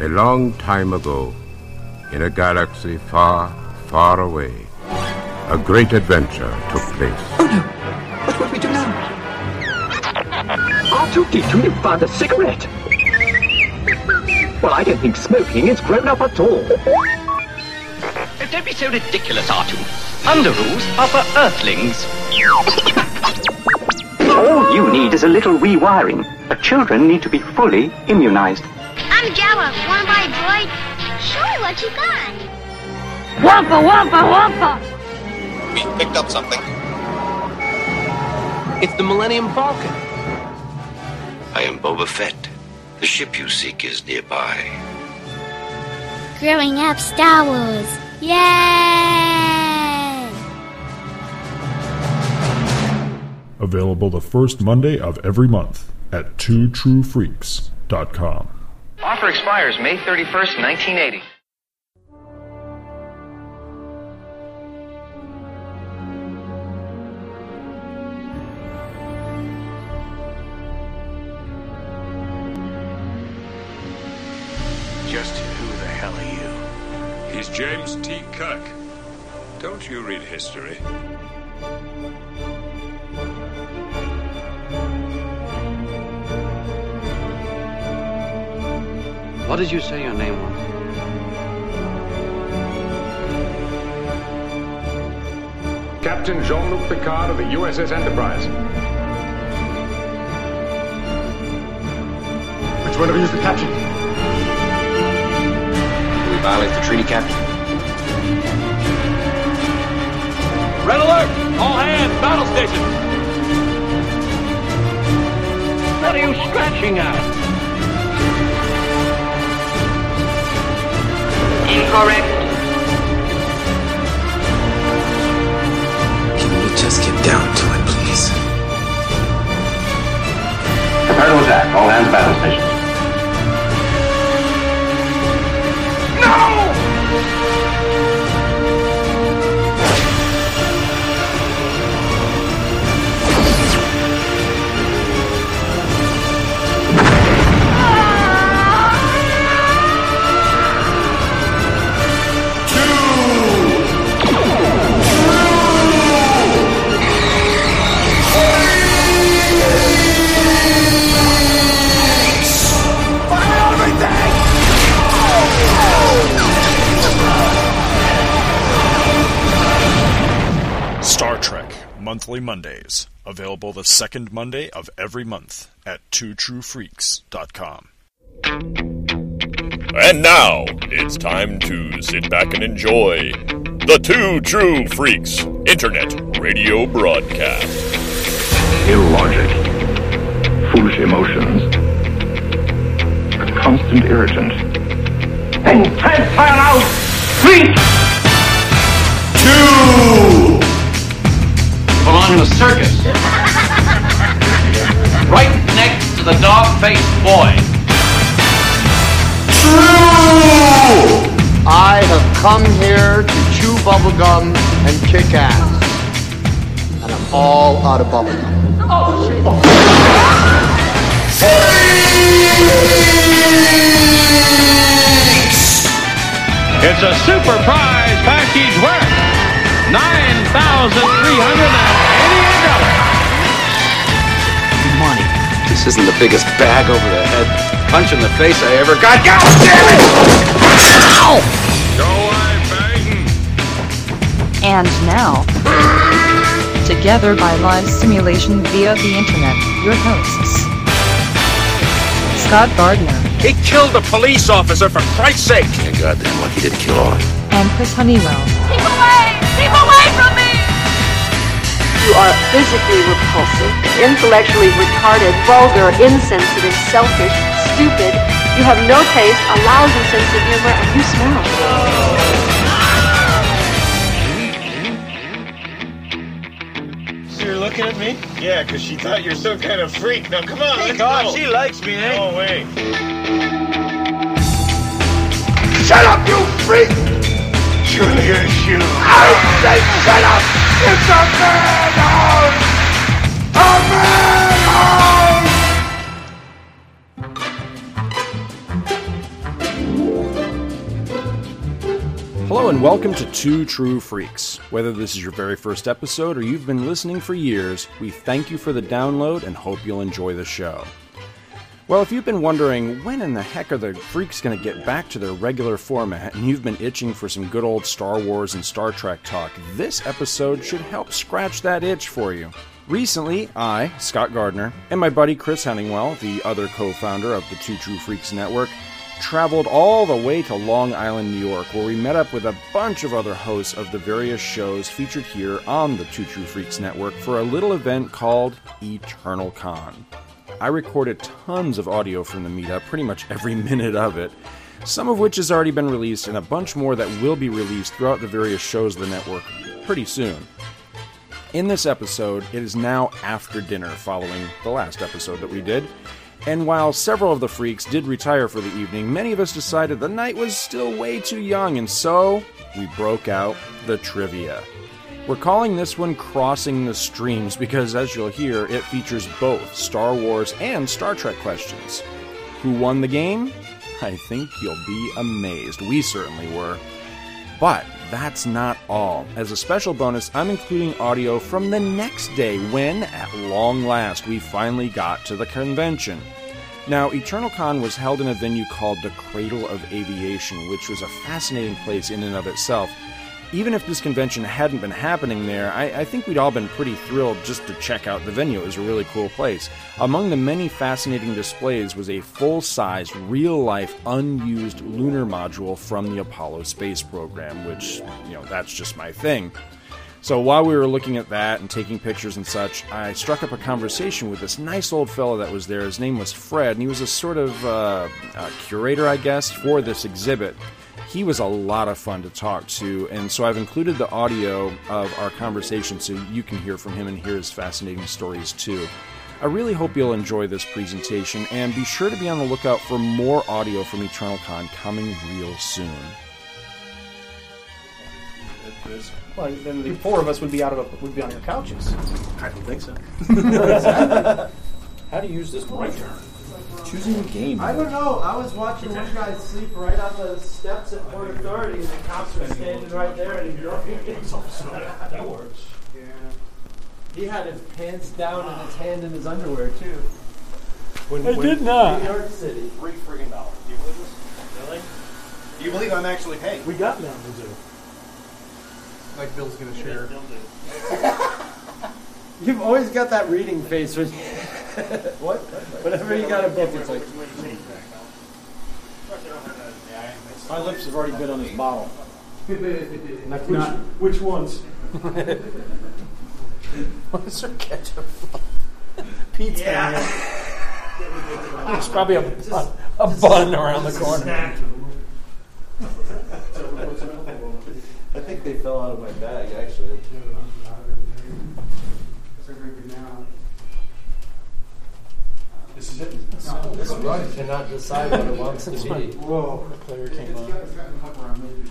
A long time ago, in a galaxy far, far away, a great adventure took place. What would we do now? R2D2 found a cigarette. Well, I don't think smoking is grown up at all. Oh, Don't be so ridiculous, Artu. Thunder rules are for Earthlings. All you need is a little rewiring, but children need to be fully immunized. I'm Jawa. Wanna buy a droid? Sure, what you got? Wampa, wampa, wampa! We picked up something. It's the Millennium Falcon. I am Boba Fett. The ship you seek is nearby. Growing up Star Wars. Yay! Available the first Monday of every month at twotruefreaks.com. Offer expires May 31st, 1980. Just who the hell are He's James T. Kirk. Don't you read history? you? What did you say your name was? Captain Jean-Luc Picard of the USS Enterprise. Which one of you is the captain? We violate the treaty, Captain. Red alert! All hands, battle stations. What are you scratching at? Can we just get down to it, please? Prepare to attack. All hands battle stations. Star Trek Monthly Mondays. Available the second Monday of every month at twotruefreaks.com. And now it's time to sit back and enjoy the Two True Freaks Internet Radio Broadcast. Illogic. Foolish emotions. A constant irritant. And transpire out! Freak! Two! Belong in a circus. right next to the dog-faced boy. True! I have come here to chew bubblegum and kick ass. And I'm all out of bubblegum. It's a super prize package worth nine thousand three hundred and eighty-eight dollars. Money. This isn't the biggest bag over the head punch in the face I ever got. God damn it! Go away, Baden! And now, together by live simulation via the internet, your hosts Scott Gardner He killed a police officer for Christ's sake. And goddamn lucky didn't kill on. and Chris Honeywell. Keep away! Keep away from me! You are physically repulsive, intellectually retarded, vulgar, insensitive, selfish, stupid. You have no taste, a lousy sense of humor, and you smell. So you're looking at me? Yeah, because she thought you're some kind of freak. Now come Oh, on, let's go. She likes me, eh? Oh wait. Shut up, you freak! Julia, you. I say shut up! It's a man A man Hello and welcome to Two True Freaks. Whether this is your very first episode or you've been listening for years, we thank you for the download and hope you'll enjoy the show. Well, if you've been wondering when in the heck are the freaks going to get back to their regular format and you've been itching for some good old Star Wars and Star Trek talk, this episode should help scratch that itch for you. Recently, I, Scott Gardner, and my buddy Chris Henningwell, the other co founder of the Two True Freaks Network, traveled all the way to Long Island, New York, where we met up with a bunch of other hosts of the various shows featured here on the Two True Freaks Network for a little event called Eternal Con. I recorded tons of audio from the meetup, pretty much every minute of it, some of which has already been released, and a bunch more that will be released throughout the various shows of the network pretty soon. In this episode, it is now after dinner following the last episode that we did. And while several of the freaks did retire for the evening, many of us decided the night was still way too young, and so we broke out the trivia. We're calling this one Crossing the Streams because, as you'll hear, it features both Star Wars and Star Trek questions. Who won the game? I think you'll be amazed. We certainly were. But that's not all. As a special bonus, I'm including audio from the next day when, at long last, we finally got to the convention. Now, Eternal Con was held in a venue called the Cradle of Aviation, which was a fascinating place in and of itself. Even if this convention hadn't been happening there, I, I think we'd all been pretty thrilled just to check out the venue. It was a really cool place. Among the many fascinating displays was a full sized, real life, unused lunar module from the Apollo space program, which, you know, that's just my thing. So while we were looking at that and taking pictures and such, I struck up a conversation with this nice old fellow that was there. His name was Fred, and he was a sort of uh, uh curator, I guess, for this exhibit. He was a lot of fun to talk to, and so I've included the audio of our conversation so you can hear from him and hear his fascinating stories too. I really hope you'll enjoy this presentation, and be sure to be on the lookout for more audio from Eternal Con coming real soon. Well, then the four of us would be out of would be on your couches. I don't think so. How do you use this pointer? Choosing a game. I don't know. I was watching one guy sleep right on the steps at Port Authority, and the cops were standing right there, and he broke That works. Yeah. He had his pants down and his hand in his underwear too. I did not. New York City. Three friggin' dollars. Do you believe this? Really? Do you believe I'm actually paid? We got Mountain Dew. Like Bill's gonna share. You've always got that reading face when. what? Whenever you got a book, it's like. My lips have already been on this bottle. That's Which- not- which ones? What's her ketchup? Pete's Yeah. hanging out. There's probably a bun, Just- a just- bun around the just a corner. snack. I think they fell out of my bag, actually. This is it. This rug cannot decide what it wants to be. Whoa. The player came on.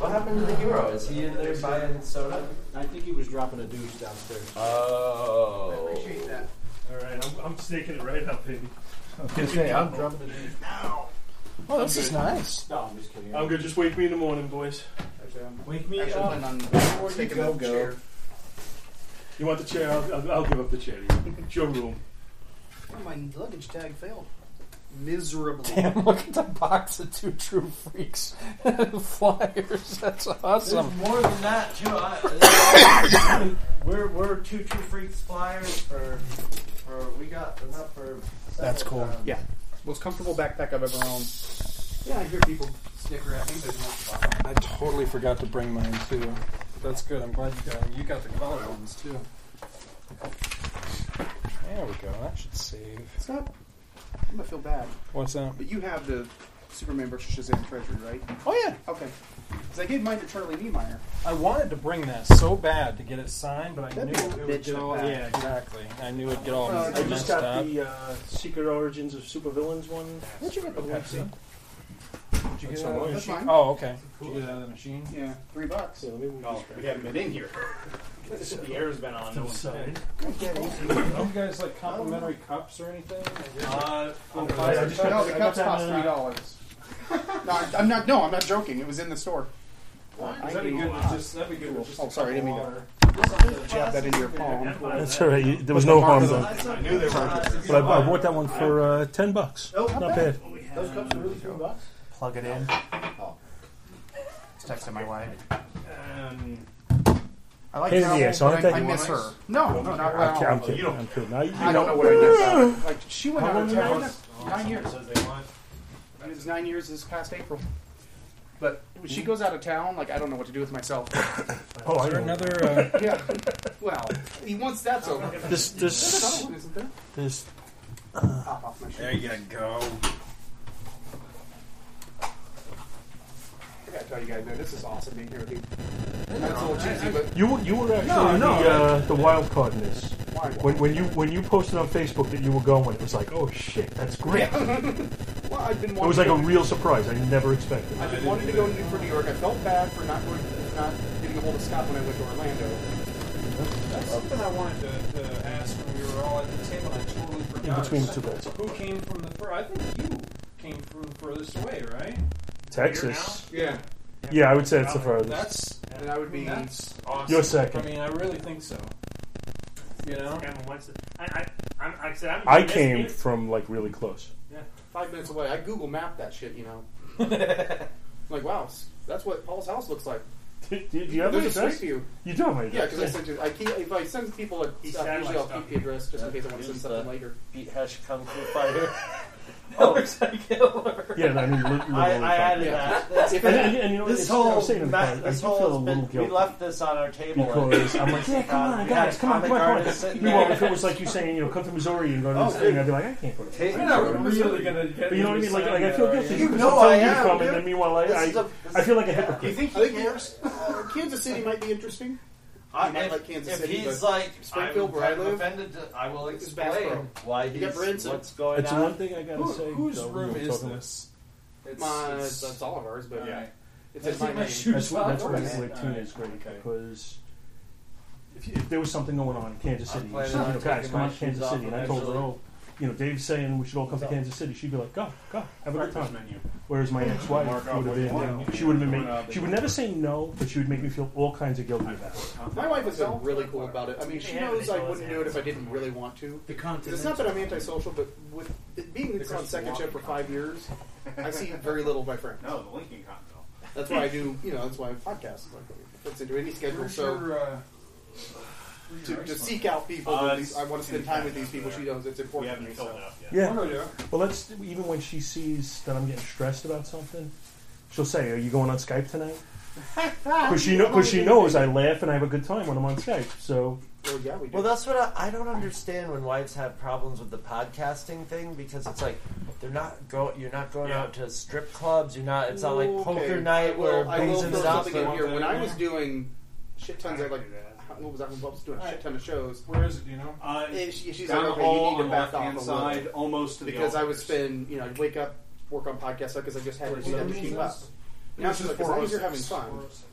What happened to the hero? Is he in there buying soda? I think he was dropping a deuce downstairs. Oh. that. All right, I'm, I'm sneaking it right up, baby. dropping a deuce. Oh, this is nice. No, I'm just kidding. I'm good. Just wake me in the morning, boys. Actually, I'm wake me up before taking go, the go. chair. You want the chair? I'll, I'll, I'll give up the chair. to you. It's your room. my luggage tag failed miserably. Damn, look at the box of two true freaks flyers. That's awesome. There's more than that, too. I, we're, we're two true freaks flyers for, for we got enough for. That's cool. Yeah. Most comfortable backpack I've ever owned. Yeah, I hear people snicker at me. I totally forgot to bring mine too. That's good. I'm glad you got you got the color ones too. There we go. That should save. Stop. I'm gonna feel bad. What's that? But you have the Superman versus Shazam treasury, right? Oh yeah. Okay. Because I gave mine to Charlie Niemeyer. I wanted to bring that so bad to get it signed, but I That'd knew be a it would bitch get in a all. pack. Yeah, exactly. I knew it'd get all Uh, I messed just got up. the uh, Secret Origins of Supervillains one. Where'd you get the Pepsi? Did you get That's it out of mine. the That's machine? mine. Oh, okay. Did you get it out of the machine? Yeah, three bucks. Yeah, let me move this we haven't been in here. The air's been on. No one's Inside. get it. you guys like complimentary cups or anything? Uh, Oh, no, plastic I just- cups? No, the I got cups that cost in, uh, three dollars. no, I- I'm not. No, I'm not joking. It was in the store. That'd be good. to Just, that'd be good. with Just Oh, sorry, I didn't mean to jab that into your palm. That's all right. You- There was no harm done. I knew they were. But I, I bought that one for uh, ten bucks. Oh, Not bad. Those cups are really three bucks. Plug it in. Just texted my wife. Um, I like Here's the ass, aren't they? I miss her. No, no, not I'm, ki- at I'm all. kidding. I'm kidding. I, you I know- don't know what I did. about it. Like she went How out of long were you town. out Nine years. It was nine years this past April. But when Hmm? she goes out of town, like I don't know what to do with myself. Oh, I know. yeah. Well, he- once that's over. This- this- There's another one, isn't there? This Pop off my There shirt. you go. I gotta tell you guys, man, this is awesome being here with you. That's a little cheesy, but You were, you were actually No, no. the, uh, the wild card in this. When, when you when you posted on Facebook that you were going, it was like, oh shit, that's great. well, I've been. It was like a real surprise. I never expected. I've been wanting to go to, for New York. I felt bad for not going, not getting a hold of Scott when I went to Orlando. That's something I wanted to, to ask when we were all at the table. and I totally forgot. between the two beds. Who came from the fur? I think you came from the furthest away, right? Texas. Yeah. Yeah, I would say it's the furthest. That's and I would be. That's awesome. You're second. I mean, I really think so. You know, I, I, I'm, I said I'm I came from like really close. Yeah, five minutes away. I Google mapped that shit, you know. like, wow, s- that's what Paul's house looks like. Do, you There's have a my address? street view. You do have my Yeah, address, because I yeah. sent you. I keep, if I send people a He stuff, said like usually I'll keep stuff. the address just in case I want to send Use something the later. Beat hash kung fu fighter. oh, it's a killer. Yeah, I mean, literally. I, I added Yeah. that. That's- If- and- and- and you know, this it's- I whole was saying in the ma- car, I this do whole feel a has little been, we guilty. left this on our table. Because I'm like, yeah, come on, guys, come on, come on, come on. Meanwhile, if it was like you saying, you know, come to Missouri and go to this Oh, thing, dude. I'd be like, I can't go to Hey, Missouri. you're not really gonna get But you know what I me mean? to Like, sign like I feel that, are guilty. you? You because know I'm I telling you to am, come, dude. and then meanwhile, I, This I, is a- I feel like a hypocrite. I think yours- uh, Kansas City might be interesting. I, You might if, like Kansas if City, he's but like Springfield, I'm, where I I'm live, offended to, I will it's Bassboro. explain why You he's got Branson. what's going It's on. one thing I gotta Who- say, whose though, room we were is talking about- this? Mine, that's all of ours, but yeah. It's in That's my in my name. shoes. That's, Well, that's why okay. Latino is great because if, you- if there was something going on in Kansas City, I'm you planning know, on guys, taking come my on to Kansas shoes City, off and I told her, eventually. oh, you know, Dave's saying we should all come to So- Kansas City. She'd be like, go, go, have a good Breakfast time. menu. Whereas my ex-wife Mark would have off been, what you want. she would have been, Mark make, off she would never say no, but she would make me feel all kinds of guilty about it. My wife has been really cool about it. I mean, she Yeah, knows they I call us wouldn't do it if I didn't really want to. It's not that I'm antisocial, but with it being on second shift for five years, I see very little of my friends. No, the Lincoln Continental. That's why I do, you know, that's why I podcast. Like, fits into any schedule. Where's So your, uh, to, to seek out people, Uh, that it's these, I want to spend time with these people. She knows it's important to me. So. Yeah. Well, that's even when she sees that I'm getting stressed about something, she'll say, "Are you going on Skype tonight?" Because she know, cause she knows I laugh and I have a good time when I'm on Skype. So Well, yeah, we do. Well, that's what I, I don't understand when wives have problems with the podcasting thing because it's like they're not go you're not going out to strip clubs. You're not. It's not like poker Okay, night where I will booze and throw stuff. something in here. When I was doing shit tons of like, what was I? I was doing a shit ton of shows. Where is it? Do you know? Uh, she, she's down like, the okay, hall you need on to the back off a left-hand little side, bit. almost to the because I would altars. spend, you know, I'd wake up, work on podcasts because I just had to do Well, that that to keep means up. that's- Now this she's is like, as long as you're having 406. fun,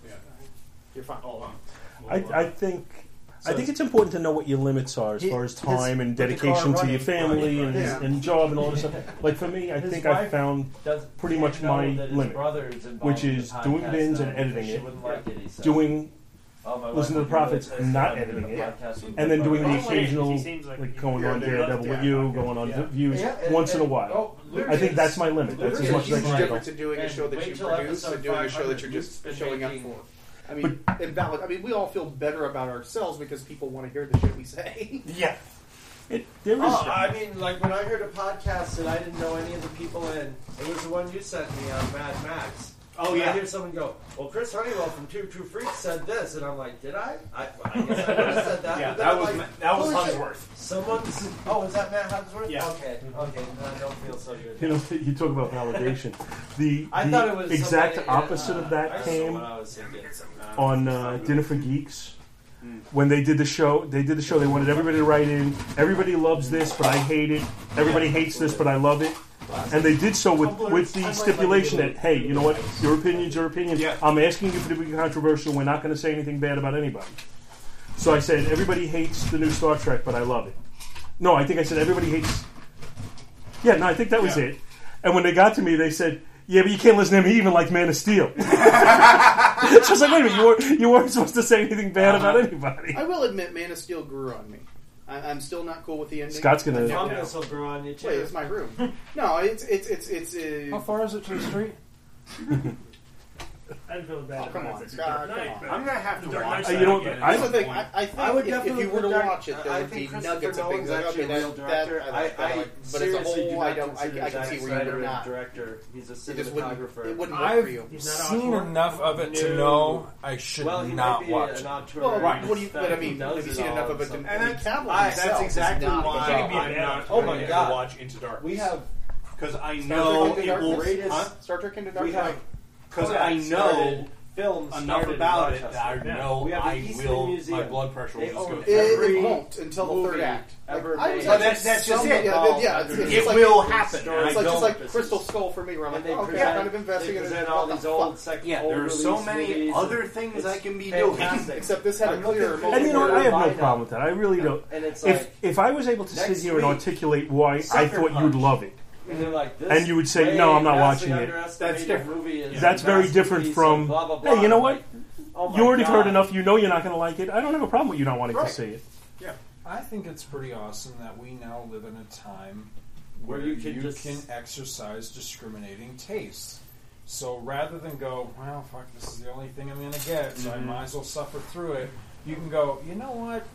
you're fine. I, I think. I So- think it's important to know what your limits are as He- far as his- time and with the dedication car to running, your family running, and, right. and job and all this stuff. Like for me, I His think I wife found does- pretty can't much know my that his brother is limit, involved which in the is doing podcast, bins though, and editing she it, wouldn't like it, he said. doing Oh, my wife listen to the would be really prophets pissed and not if I did editing a it, podcast with and my then doing brother. the She seems occasional like like, he- going Yeah, on they Daredevil love with that. you, going on views Yeah, and- once in a and- while. oh, I think that's my limit. There's That's as much as I huge can handle. difference in doing a And show that wait you till produce episode and doing a show that you're 500. just Been showing up making- for. I mean, invalid. I mean, we all feel better about ourselves because people want to hear the shit we say. Yeah. It, oh, I mean, like when I heard a podcast and I didn't know any of the people in, it was the one you sent me on Mad Max. Oh, And yeah. I hear someone go, "Well, Chris Honeywell from Two True Freaks said this," and I'm like, "Did I? I, I guess I would have said that." Yeah, But then that I'm was like, Ma- that was "Holy shit, Hunsworth." Someone's. Oh, is that Matt Hunsworth? Yeah. Mm-hmm. Okay. Okay. Then I don't feel so good. You know, you talk about validation. The, I the thought it was exact somebody in, opposite uh, of I that don't know came what I was thinking. on uh, Dinner for Geeks. Mm. When they did the show, they did the show. They wanted everybody to write in. Everybody loves this, but I hate it. Everybody hates this, but I love it. And they did so with, with the stipulation that, hey, you know what? Um, Your opinion's your opinion. I'm asking you for to be controversial. We're not going to say anything bad about anybody. So I said, everybody hates the new Star Trek, but I love it. No, I think I said everybody hates. Yeah, no, I think that was it. And when they got to me, they said, "Yeah, but you can't listen to him. He even liked Man of Steel." so I was like, "Wait a minute, you weren't, you weren't supposed to say anything bad Uh-huh. about anybody." I will admit, Man of Steel grew on me. I, I'm still not cool with the ending. Scott's gonna- I know Fungus now. will grow on you, too. Wait, it's my room. No, it's it's it's it's. Uh, How far is it to the street? I'd feel bad. Oh, come on, The Dark Scott. Come Knight, on. but- I'm gonna have to The Dark watch Knight's it. that again at Here's the some thing. point. I, I think I would if, if definitely you were to put Dark- watch it, there I would think be Christopher nuggets of things. Nolan's Like, okay, actually a that, real that, director. I like that. I- I like, but as a seriously do whole, not I don't. I, consider I can Zack see where you Snyder would a not. director. He's a It just wouldn't- cinematographer. It wouldn't work for you. I've seen enough of it to No. know I should Well, he might not be watch. an it. auteur. Well, Right. what do you- but I mean, have you seen enough of it to- something. And that's- Cavill I- himself that's is exactly not why the guy. I'm not- Oh my God. watch Into Darkness. We have- because I Star know Trek Into it will. Darkness? huh? Star Trek Into We Darkness? have because Kodak I know started- film enough started in about it that I Rochester. Yeah. know We have the I Eastman will. Museum. My blood pressure will They just go. own every It won't until the movie third act. ever Like, I was made. But like, that's, that's just some- it. yeah, yeah, yeah, it's- it's it like- will happen. it's and I like- it's don't- like Crystal Skull for me, where I'm like, And they okay, present- I'm kind of investing they in it. present What all the these fuck? old second- Yeah, there are so old many release movies. other things It's I can be fantastic. doing. Except this had a clearer And you know what? I have no lineup. problem with that. I really don't. And it's if like, if I was able to sit next here and week, articulate why I sucker thought punch. you'd love it, And they're like, this and you would say, "No, I'm not way watching vastly it." underestimated That's different. movie is That's the very best different piece from. of blah, blah, Hey, blah." you know what? Oh my you already God. heard enough. You know you're not going to like it. I don't have a problem with you not wanting Right. to see it. Yeah. I think it's pretty awesome that we now live in a time Where where, you you, can can, just- exercise discriminating tastes. So rather than go, well, fuck, this is the only thing I'm going to get, so I Mm-hmm. Mhm. might as well suffer through it, you can go, you know what?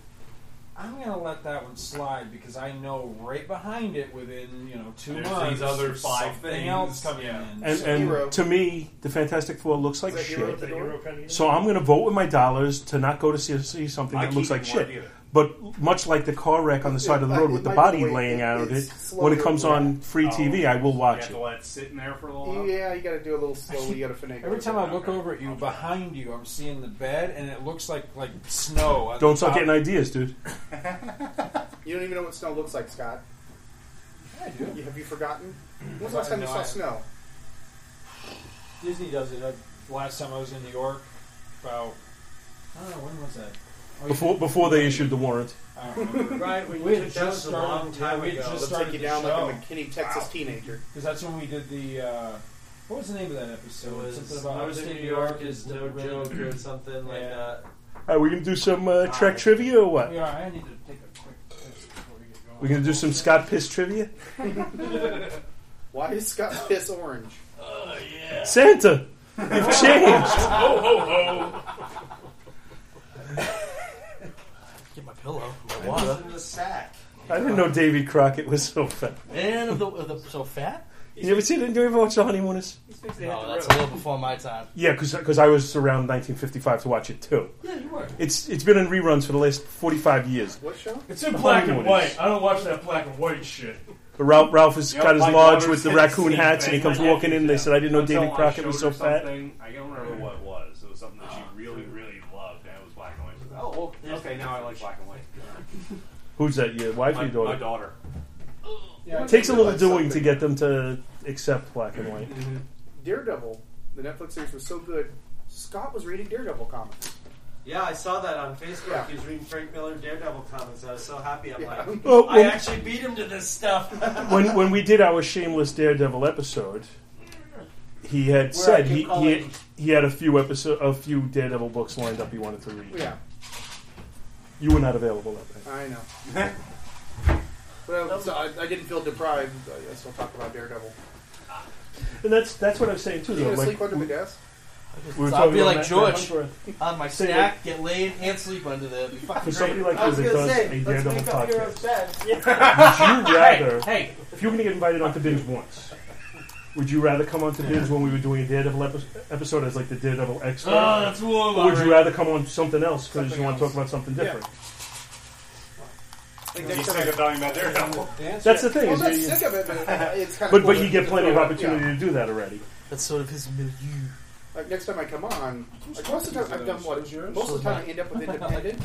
I'm going to let that one slide because I know right behind it within, you know, two There's months, these other there's five something things. else coming Yeah. in. And, So- and to me, the Fantastic Four looks like Is that shit. Hero at the door? Is that Hero kind of so I'm going to vote with my dollars to not go to see, see something I that looks keep like it more shit. either. But much like the car wreck on the side of the I- road it with the might body wait. laying out of It's it, when it slowly comes on free TV, Oh, I will You watch have it. to let it sit in there for a little while. Yeah, you got to do a little slowly. You got to finagle. Every it. time I look over at you, behind you, I'm seeing the bed, and it looks like like snow. on Don't the start top. getting ideas, dude. You don't even know what snow looks like, Scott. I do. You, have you forgotten? When was the last time you No, saw I- snow? Disney does it. Like, last time I was in New York, about I don't know when was that. Oh, Before yeah. before they issued the warrant. I don't remember. Right, we- had that just was a started- long time yeah, we ago. had Just They'll started take you the down like a show. McKinney, Texas teenager. Because that's when we did the. Uh, what was the name of that episode? It was Something about Upstate upstate New York is no River. joke or something like that. Are we going to do some uh, Trek trivia or what? Yeah, I need to take a quick piss before we get We're going to do some Scott Piss trivia? Why is Scott piss orange? Oh yeah. Santa, you've changed. ho ho ho. Get my pillow. My water. in the sack. I didn't know Davy Crockett was so fat. Man of the, of the so fat. You ever seen it? Do you ever watch The Honeymooners? No, that's a little before my time. Yeah, because I was around 1955 to watch it too. Yeah, you were. It's it's been in reruns for the last 45 years. What show? It's in black and Honeymooners. white. I don't watch that black and white shit. But Ralph, Ralph has Yep, got his my lodge daughter with the said the raccoon same hats, and thing. he comes My walking nephew in. They said, "I didn't know Until Davy I Crockett was so showed her fat." something. I don't remember what it was. It was something that she Ah, really, really loved, and it was black and white. She was, oh, well, okay, now I like black and white. Who's that? Your wife my, or your My daughter. daughter? It takes a little doing to get them to accept black and white. Daredevil, the Netflix series was so good. Scott was reading Daredevil comics. Yeah, I saw that on Facebook. He was reading Frank Miller Daredevil comics. I was so happy. I'm like, Oh, Well, I when- actually beat him to this stuff. When when we did our shameless Daredevil episode, he had I said keep he, he calling- he had a few episode a few Daredevil books lined up he wanted to read. Yeah, You were not available that day. I know. well, so I, I didn't feel deprived. I, I still talk about Daredevil. And that's that's what I'm saying too. You Though, gonna like, sleep under the desk? we were So I'll talking be about like Matt George Hunter. on my Say stack, get laid, and sleep under there. It'd be fucking For great. somebody like I you was that gonna does say, a let's Daredevil make up heroes podcast, bed. would you rather? Hey, hey. if you were going to get invited onto binge once, would you rather come onto binge when we were doing a Daredevil epi- episode as like the Daredevil expert? Oh, that's warm Or would already. you rather come on something else because you Something want to else. talk about something Yeah. different? He's sick of talking about Daredevil. That's the thing. Well, is that's you- sick of it, but it's kinda but cool but you to- get to plenty of throw it, opportunity yeah. to do that already. That's sort of his milieu. Like next time I come on, like most of the time I've done what most of the time I end up with independent.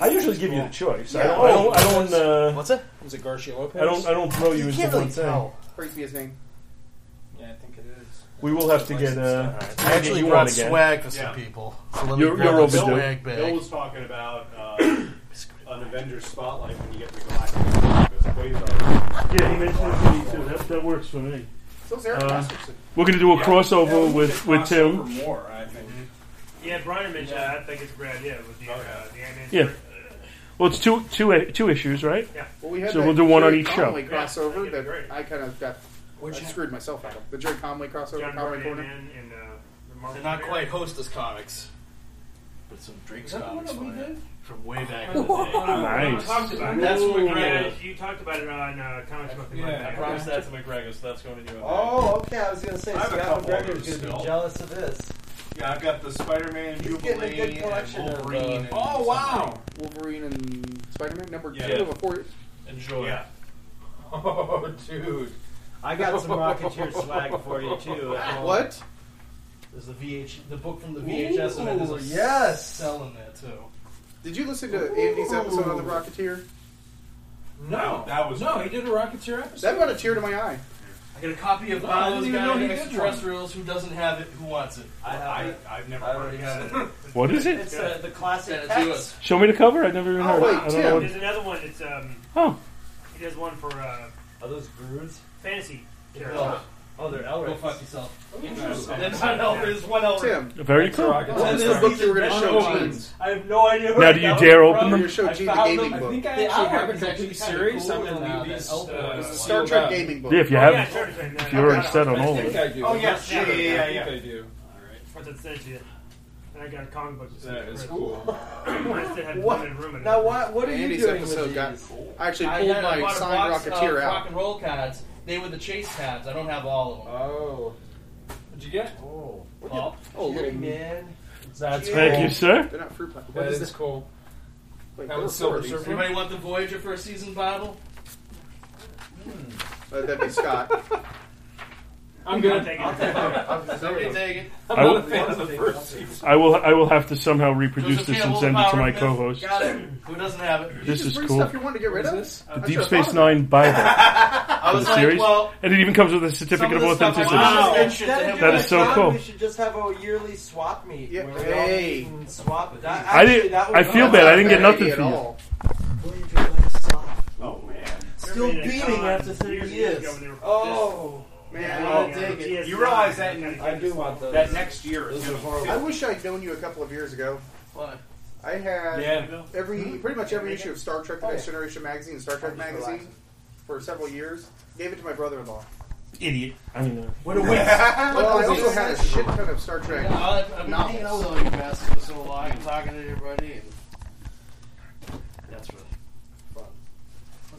I usually give you the choice. I Yeah. don't. I don't. I don't uh, What's it? Was it Garcia Lopez? I don't. I don't throw you, into can't one really thing. tell. Crazy his name. Yeah, I think it is. We will have to get. Uh, I actually you brought want again. swag for some people. So let me You're- grab you're my overdue. swag bag. Bill was talking about uh, an Avengers spotlight when you get the Galactic Galactus Quasar. Yeah, he mentioned it to me too. That, that works for me. Those Uh, we're going to do a Yeah. crossover Yeah, with, with Tim. More, I think. Mm-hmm. Yeah, Brian mentioned. that. I think it's Brad. Yeah, with the, uh, the Ant-Man. Yeah. Well, it's two two i- two issues, right? Well, we had so that we'll do one on Jerry each show. Conway crossover that I kind of got I screwed myself out of. The Jerry Conway crossover, Conway Corner. and, uh, the They're not quite hostess comics, but some drinks Is that the one comics that we from it. From way back in the Whoa. day. Nice. Talked about it. That's Ooh. what Yeah, Greg. you talked about it on uh, Comics Monthly. I promised that to McGregor, so that's going to do it. Oh, okay. I was gonna say I have a Scott couple McGregor's of gonna those be still. jealous of this. Yeah, I've got the Spider-Man getting a Jubilee good and collection of, uh, Wolverine. and Oh, wow. Wolverine and Spider Man number Yeah. two of a four. Enjoy. Yeah. Oh, dude. I got some Rocketeer swag for you too. at Uh, home. What? There's the VH, the book from the VHS and Ooh, there's a yes. selling that too. Did you listen to Andy's episode on the Rocketeer? No, that was no. He did a Rocketeer episode. That brought a tear to my eye. I got a copy of No, I didn't Bono's even Guide know he to did Extraterrestrials. Who doesn't have it? Who wants it? I, I, I've never I already have it. What is it? It's, uh, the classic text. Show me the cover. I've never Oh, even heard. it. I don't know what- There's another one. It's um. Oh. He does one for uh. Are those Grooves? Fantasy. characters. Elric. Oh, they're Elric. Go fuck yourself. Interesting. They're not Elric. Oh, There's one Elric. Tim. Very cool. And there's book you were these gonna show Bono Gene. ones. I have no idea. Now, do you dare open them? You show Gene the found gaming them. book. I think I The actually artwork have a is complete actually series. kinda I'm cool going now, to leave that these. Elric uh, is a Star Trek gaming book. Yeah, if you Oh, have, yeah, sure, sure, no, if you already I've got set it. on I all of think it. I do. Oh, yes, Yeah, yeah, yeah, yeah, yeah. yeah. do. What's it says you? And I got a comic book. That is cool. I still have What? limited room in Now, it. why- what are you Andy's doing with episode got- I actually pulled had- my I bought a signed uh, box Rocketeer of- Tear out. Rock and roll cards. They were the chase tabs. I don't have all of them. Oh. What'd you get? Oh. Pop. Oh, little man. That's Thank cool. you, sir. They're not fruit pop. That What is is that? cool. Wait, That there were was four Silver of these. Surfer. Anybody want the Voyager first season Bible? Uh, that'd be Scott. I'm good. I'll take it. Somebody take it. I will, I will. I will have to somehow reproduce Joseph this and Campbell, send it to Power my Myth. co-host. Got it. Who doesn't have it? This is cool. you want to get rid of? This? The Deep Space Nine Bible. I For was the like, series, well, and it even comes with a certificate of some of the authenticity. stuff I wanted to mention to him. That is so cool. We should just have a yearly swap meet. Yeah. Where we all Hey. meet and swap. That, I actually, didn't. that would I be feel fun. bad. I didn't get nothing for you. Still beating after 30 years. Oh. Man, I'll take it. You realize that in I do want those. that next year is gonna be I wish I'd known you a couple of years ago. Why? I had Yeah. every pretty much every issue of Star Trek: The Oh, Next yeah. Generation magazine, Star Trek I'm just magazine, relaxing. for several years. Gave it to my brother-in-law. Idiot. I mean, uh, What a waste. well, I also had a shit ton of Star Trek Yeah, I- I've been hanging out with all novels. you guys for so long and talking to everybody, and that's really fun.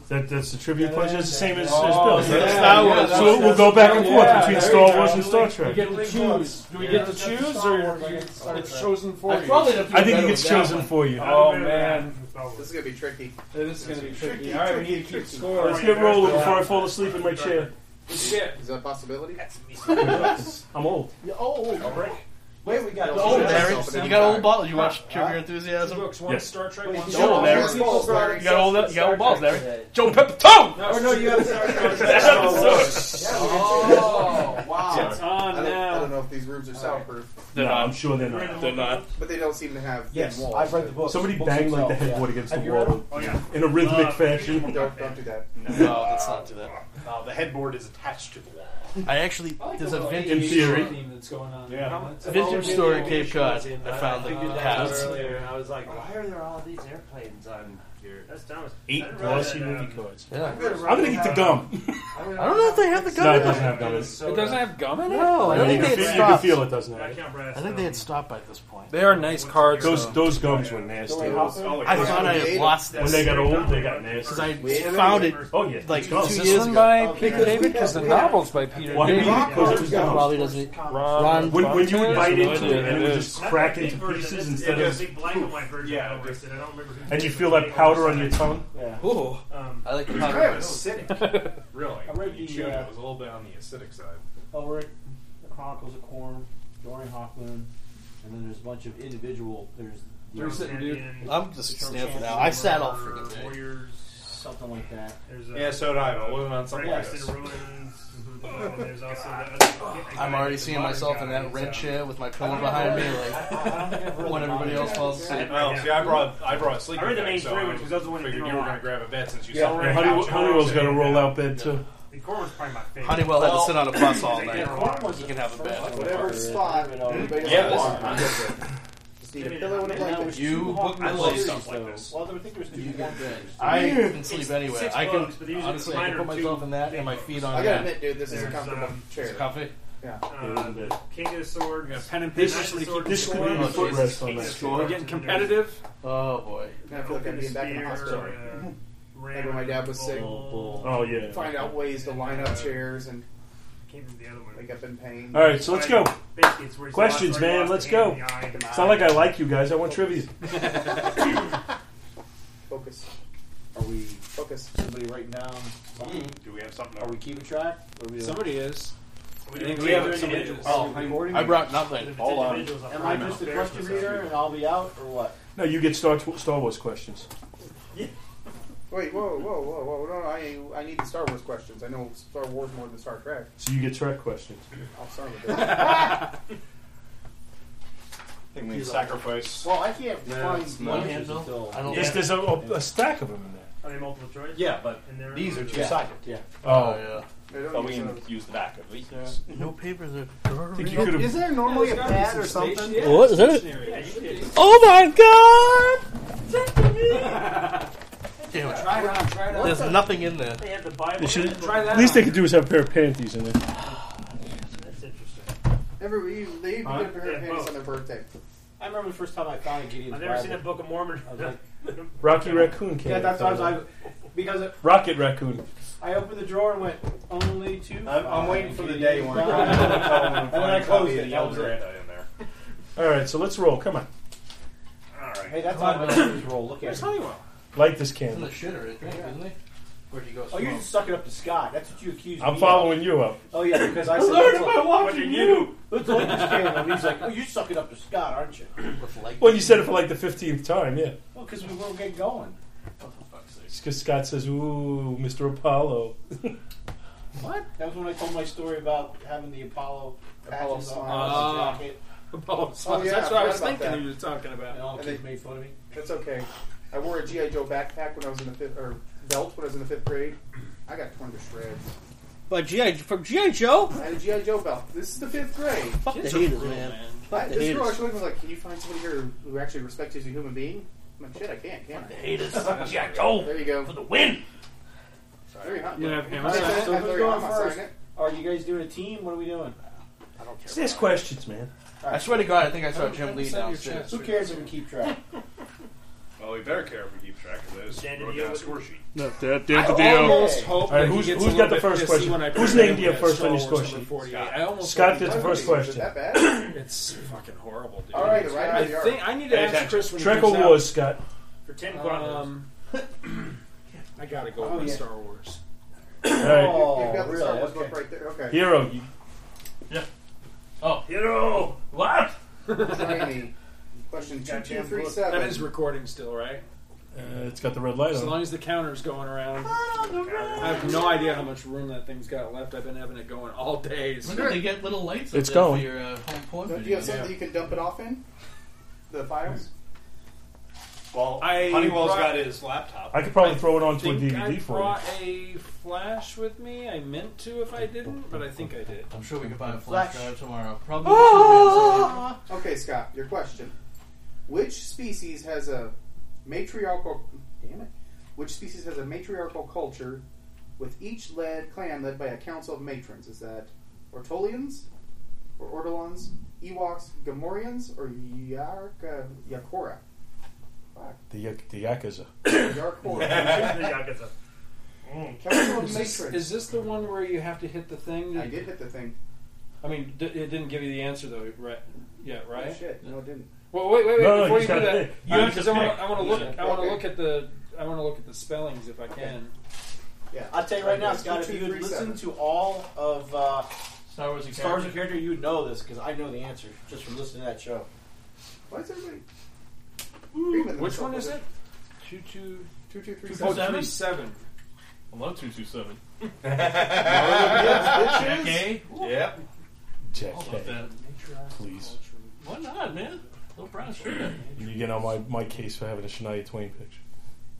That, that's the trivia question. It's the same as, as Oh, Bill. yeah, Star Wars. So we'll, we'll go back and forth Yeah, between there Star you Wars go. and Star We Trek. get to choose. Do we get to choose, or it's chosen for I you? probably done I think better it gets with that chosen one. for you. Oh man, This is gonna be tricky. it is going to be tricky. All right, we need to keep score. Let's get rolling before I fall asleep in my chair. Is that a possibility? I'm old. Oh, all right. Wait, we got The old Larry. You got old balls. You watch Trivia Enthusiasm? Yes. Star Trek, You one got old Larry. Star Wars. You got old. You got old balls, Larry. today. Joe Pepitone. Oh no, you have Star Trek. That's Star Wars. episode. Oh, wow. It's on I don't, I now. don't know if these rooms are soundproof, No, I'm sure they're not. They're not. but they don't seem to have Yes, thin walls. I've read the book. Somebody Books banged like the themselves, yeah. headboard against the Have you read wall them? Oh, yeah. in a rhythmic Uh, fashion. Don't, don't do that. No, let's not do that. Uh, the headboard is attached to the wall. I actually there's a In vintage theory. store- theme that's going on. Yeah. vintage store in Cape Cod. And I found the figured that hats. out earlier, and I was like, why are there all these airplanes on here? That's Thomas. Eight glossy movie cards. Yeah. I'm gonna eat the gum. I don't know if they have the No, gun it in doesn't them. have gum in it. It doesn't have gum in it. No, I You don't think they can feel- had you can stopped. feel it doesn't have it. I think they had stopped by this point. They are nice cards. Those though. those gums were nasty. I thought I had lost When this. they got old, they got Because nasty. I found it Oh yeah, like it's two gone. Is years this one ago. by Peter David? Because the novel's by Peter Why do you David. eat those two gums? Probably doesn't. Ron- When, when you would Ron- bite Yeah, into it, and it would is. just crack into Version, pieces this- instead yeah, of, big black and white version. Yeah, Yeah, I don't remember. who- and you feel that powder on your tongue. Ooh, Um, I like the Kind of powder. acidic, really. I read When you the, chewed it, uh, it was a little bit on the acidic side. Oh, Elric, The Chronicles of Korn, Dorian Hoffman, and then there's a bunch of individual. There's Dark sitting, dude. Champion, I'm just standing Champion, now. I sat all Warrior, freaking day. Warriors. something like that. Yeah, so did I, but it wasn't on something like this. I'm already seeing myself in that red chair with my pillow behind me, like when everybody else falls asleep. Oh, see, I brought I brought a sleeping I read the main bag, so three, I which was the other one that figured you didn't were roll going to out. grab a bed since you Yeah, slept Yeah, on the Honeywell- couch. Honeywell's got to roll out bed too. The corn was probably my favorite. Honeywell had to sit on a bus all night. He can have a bed. Whatever spot. Yeah, Just need a pillow and a blanket. You book my place. You get bed. I can sleep anywhere. I can honestly, I can put myself in that and my feet on. I that. gotta admit, dude, this is a There's, comfortable um, chair. It's comfy. Yeah. Uh, King of the Sword. pen and paper so they keep This score. could be the footrest on that. We're getting competitive. Oh boy. I feel like I'm being back in the hospital. Like when my dad was sick. Oh, yeah. Find out ways to line up chairs and wake up in pain. All right, so let's go. Basically, it's where he's Questions, lost- where he man. lost Let's the hand go. in the eye. It's not like I like you guys. I want trivia. Focus. Are we focus? Somebody writing down. Do we have something? Are we keeping track? Or we Somebody is. We didn't We have have somebody individuals. Oh, I brought nothing. Hold on. Am I just a question reader and I'll be out, or what? No, you get Star, Star Wars questions. Wait, whoa, whoa, whoa, whoa! No, I, I need the Star Wars questions. I know Star Wars more than Star Trek. So you get Trek questions. I'll start with that. I think we need sacrifice. Well, I can't No, find it's the not. answers until- I don't Yes, think- there's a, a, a stack of them in there. Are they multiple choice? Yeah, but And they're- these are two Yeah. sided. Yeah. Oh. But we can use the back of these. No papers are. Think you could've- Is there normally a pad or some something? station- What is it? Oh my god! Damn it. Try it on, try it on. There's nothing in there. They have the Bible. They should, Try that least they on. could do is have a pair of panties in there. Every you leave, you Huh? get a pair Yeah, of panties both. on their birthday. I remember the first time I found a Gideon's I've never seen a Book of Mormon. I was like, Rocky Raccoon came. yeah, that's what I was like. Because it, Rocket Raccoon. I opened the drawer and went, only two. I'm- I'm waiting for the day when I- and then I closed it. That was it. in there. All right, so let's roll. Come on. Hey, that's Come how on, I roll. Look at Where's it. Honeywell? Light this It's in the candle. shitter, I think, isn't it? Where do you go? Oh, you're just sucking up to Scott. That's what you accused me I'm of. following you up. Oh, yeah, because I said, learned let's by light- watching you. Let's light this candle. And he's like, oh, you're sucking up to Scott, aren't you? Well, you said it for like the 15th time, yeah. Well, because we won't get going. Because Scott says, ooh, Mr. Apollo. What? That was when I told my story about having the Apollo Apollo patches on sign. my Ah. jacket. Apollo sign. Oh, yeah, That's what I I was forgot about thinking that. you were talking about. And all And kids they- made fun of me. That's okay. I wore a GI Joe backpack when I was in the fifth, or belt when I was in the fifth grade. I got torn to shreds. But G.I. from G.I. Joe? I had a GI Joe belt. This is the fifth grade. Fuck the haters, man. I, Fuck the this girl haters. actually was like, "Can you find somebody here who actually respects you as a human being?" I'm like, "Shit, I can't, can I?" The haters. GI Joe. There you go for the win. Very hot. You have him. I So said- I who's said, going I'm not signing first? it. Are you guys doing a team? What are we doing? I don't care. Just ask questions, man. I swear to God, I think I saw Jim Lee downstairs. Who cares if we keep track? Well, we better care if we keep track of this. Wrote down a score sheet. No, I almost All hope right, that he who's, gets a who's little got the bit first pissy question? when I Who's present named him you with first Star on your Wars score number sheet? 48. I almost Scott hope did the he first doesn't. question. It's fucking horrible, dude. All right, right I on the arc. think I need to Pay ask attention. Chris when he Trek comes or out. Wars, Scott? For ten um, I gotta go Oh, with yeah. Star Wars. All right. You've Oh, got the Star Wars book right there. Okay. Hero. You, Oh, hero! What? Tiny. Question two, two, three, seven. That is recording still, right? uh, it's got the red light As on. long as the counter's going around. I have no idea how much room that thing's got left. I've been having it going all day. When do they get little lights up It's there going. for your uh, home porn Do you video? have something you can dump it off in? The files. Well, I Honeywell's brought- got his laptop. I could probably throw it I onto a think I DVD for you. brought a flash with me. I meant to if I didn't, but I think I did. I'm sure we could buy a flash drive tomorrow. Probably. Okay, Scott, your question. Which species has a matriarchal damn it? Which species has a matriarchal culture with each led clan led by a council of matrons? Is that Ortolians or Ortolans, Ewoks, Gamorreans, or Yarka, Yakora? The, Yak- the Yakuza. Yarkora. Mm, Council of Is this, matrons. is this the one where you have to hit the thing? I did hit the thing. I mean, d- it didn't give you the answer though, right? Yeah, right. Oh, shit, no, it didn't. Well, wait, wait, wait. No, no, before you just you, do gotta that, pick. you You have just to. I pick. want to look. I want to Okay. look at the. uh, I want to look at the spellings if I can. Yeah. I'll tell you right now, Scott, if Two, you two, would three, listen seven. to all of uh, Star Wars Star Wars and Character, you would know this because I know the answer just from listening to that show. Why is everybody? Which one is it? Two, two, 2237. I love 227. bitches. JK? Yep. JK. Please. Why not, man? No brown sugar. You get on my, my case for having a Shania Twain picture.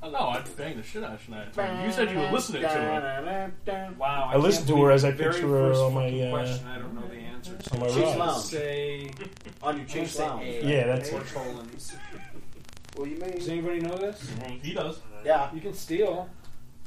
Oh, no, I banged the shit out of Shania Twain. You said you were listening to her. Wow. I listened to her as I can't believe picture the very her first on my, fucking uh, question. I don't know the answer. on my She's rod. gonna Say On your cheeks I'm gonna lounge. say A. Yeah, that's- Or Tolan's. Well, you may. Does anybody know this? He does. Yeah. You can steal.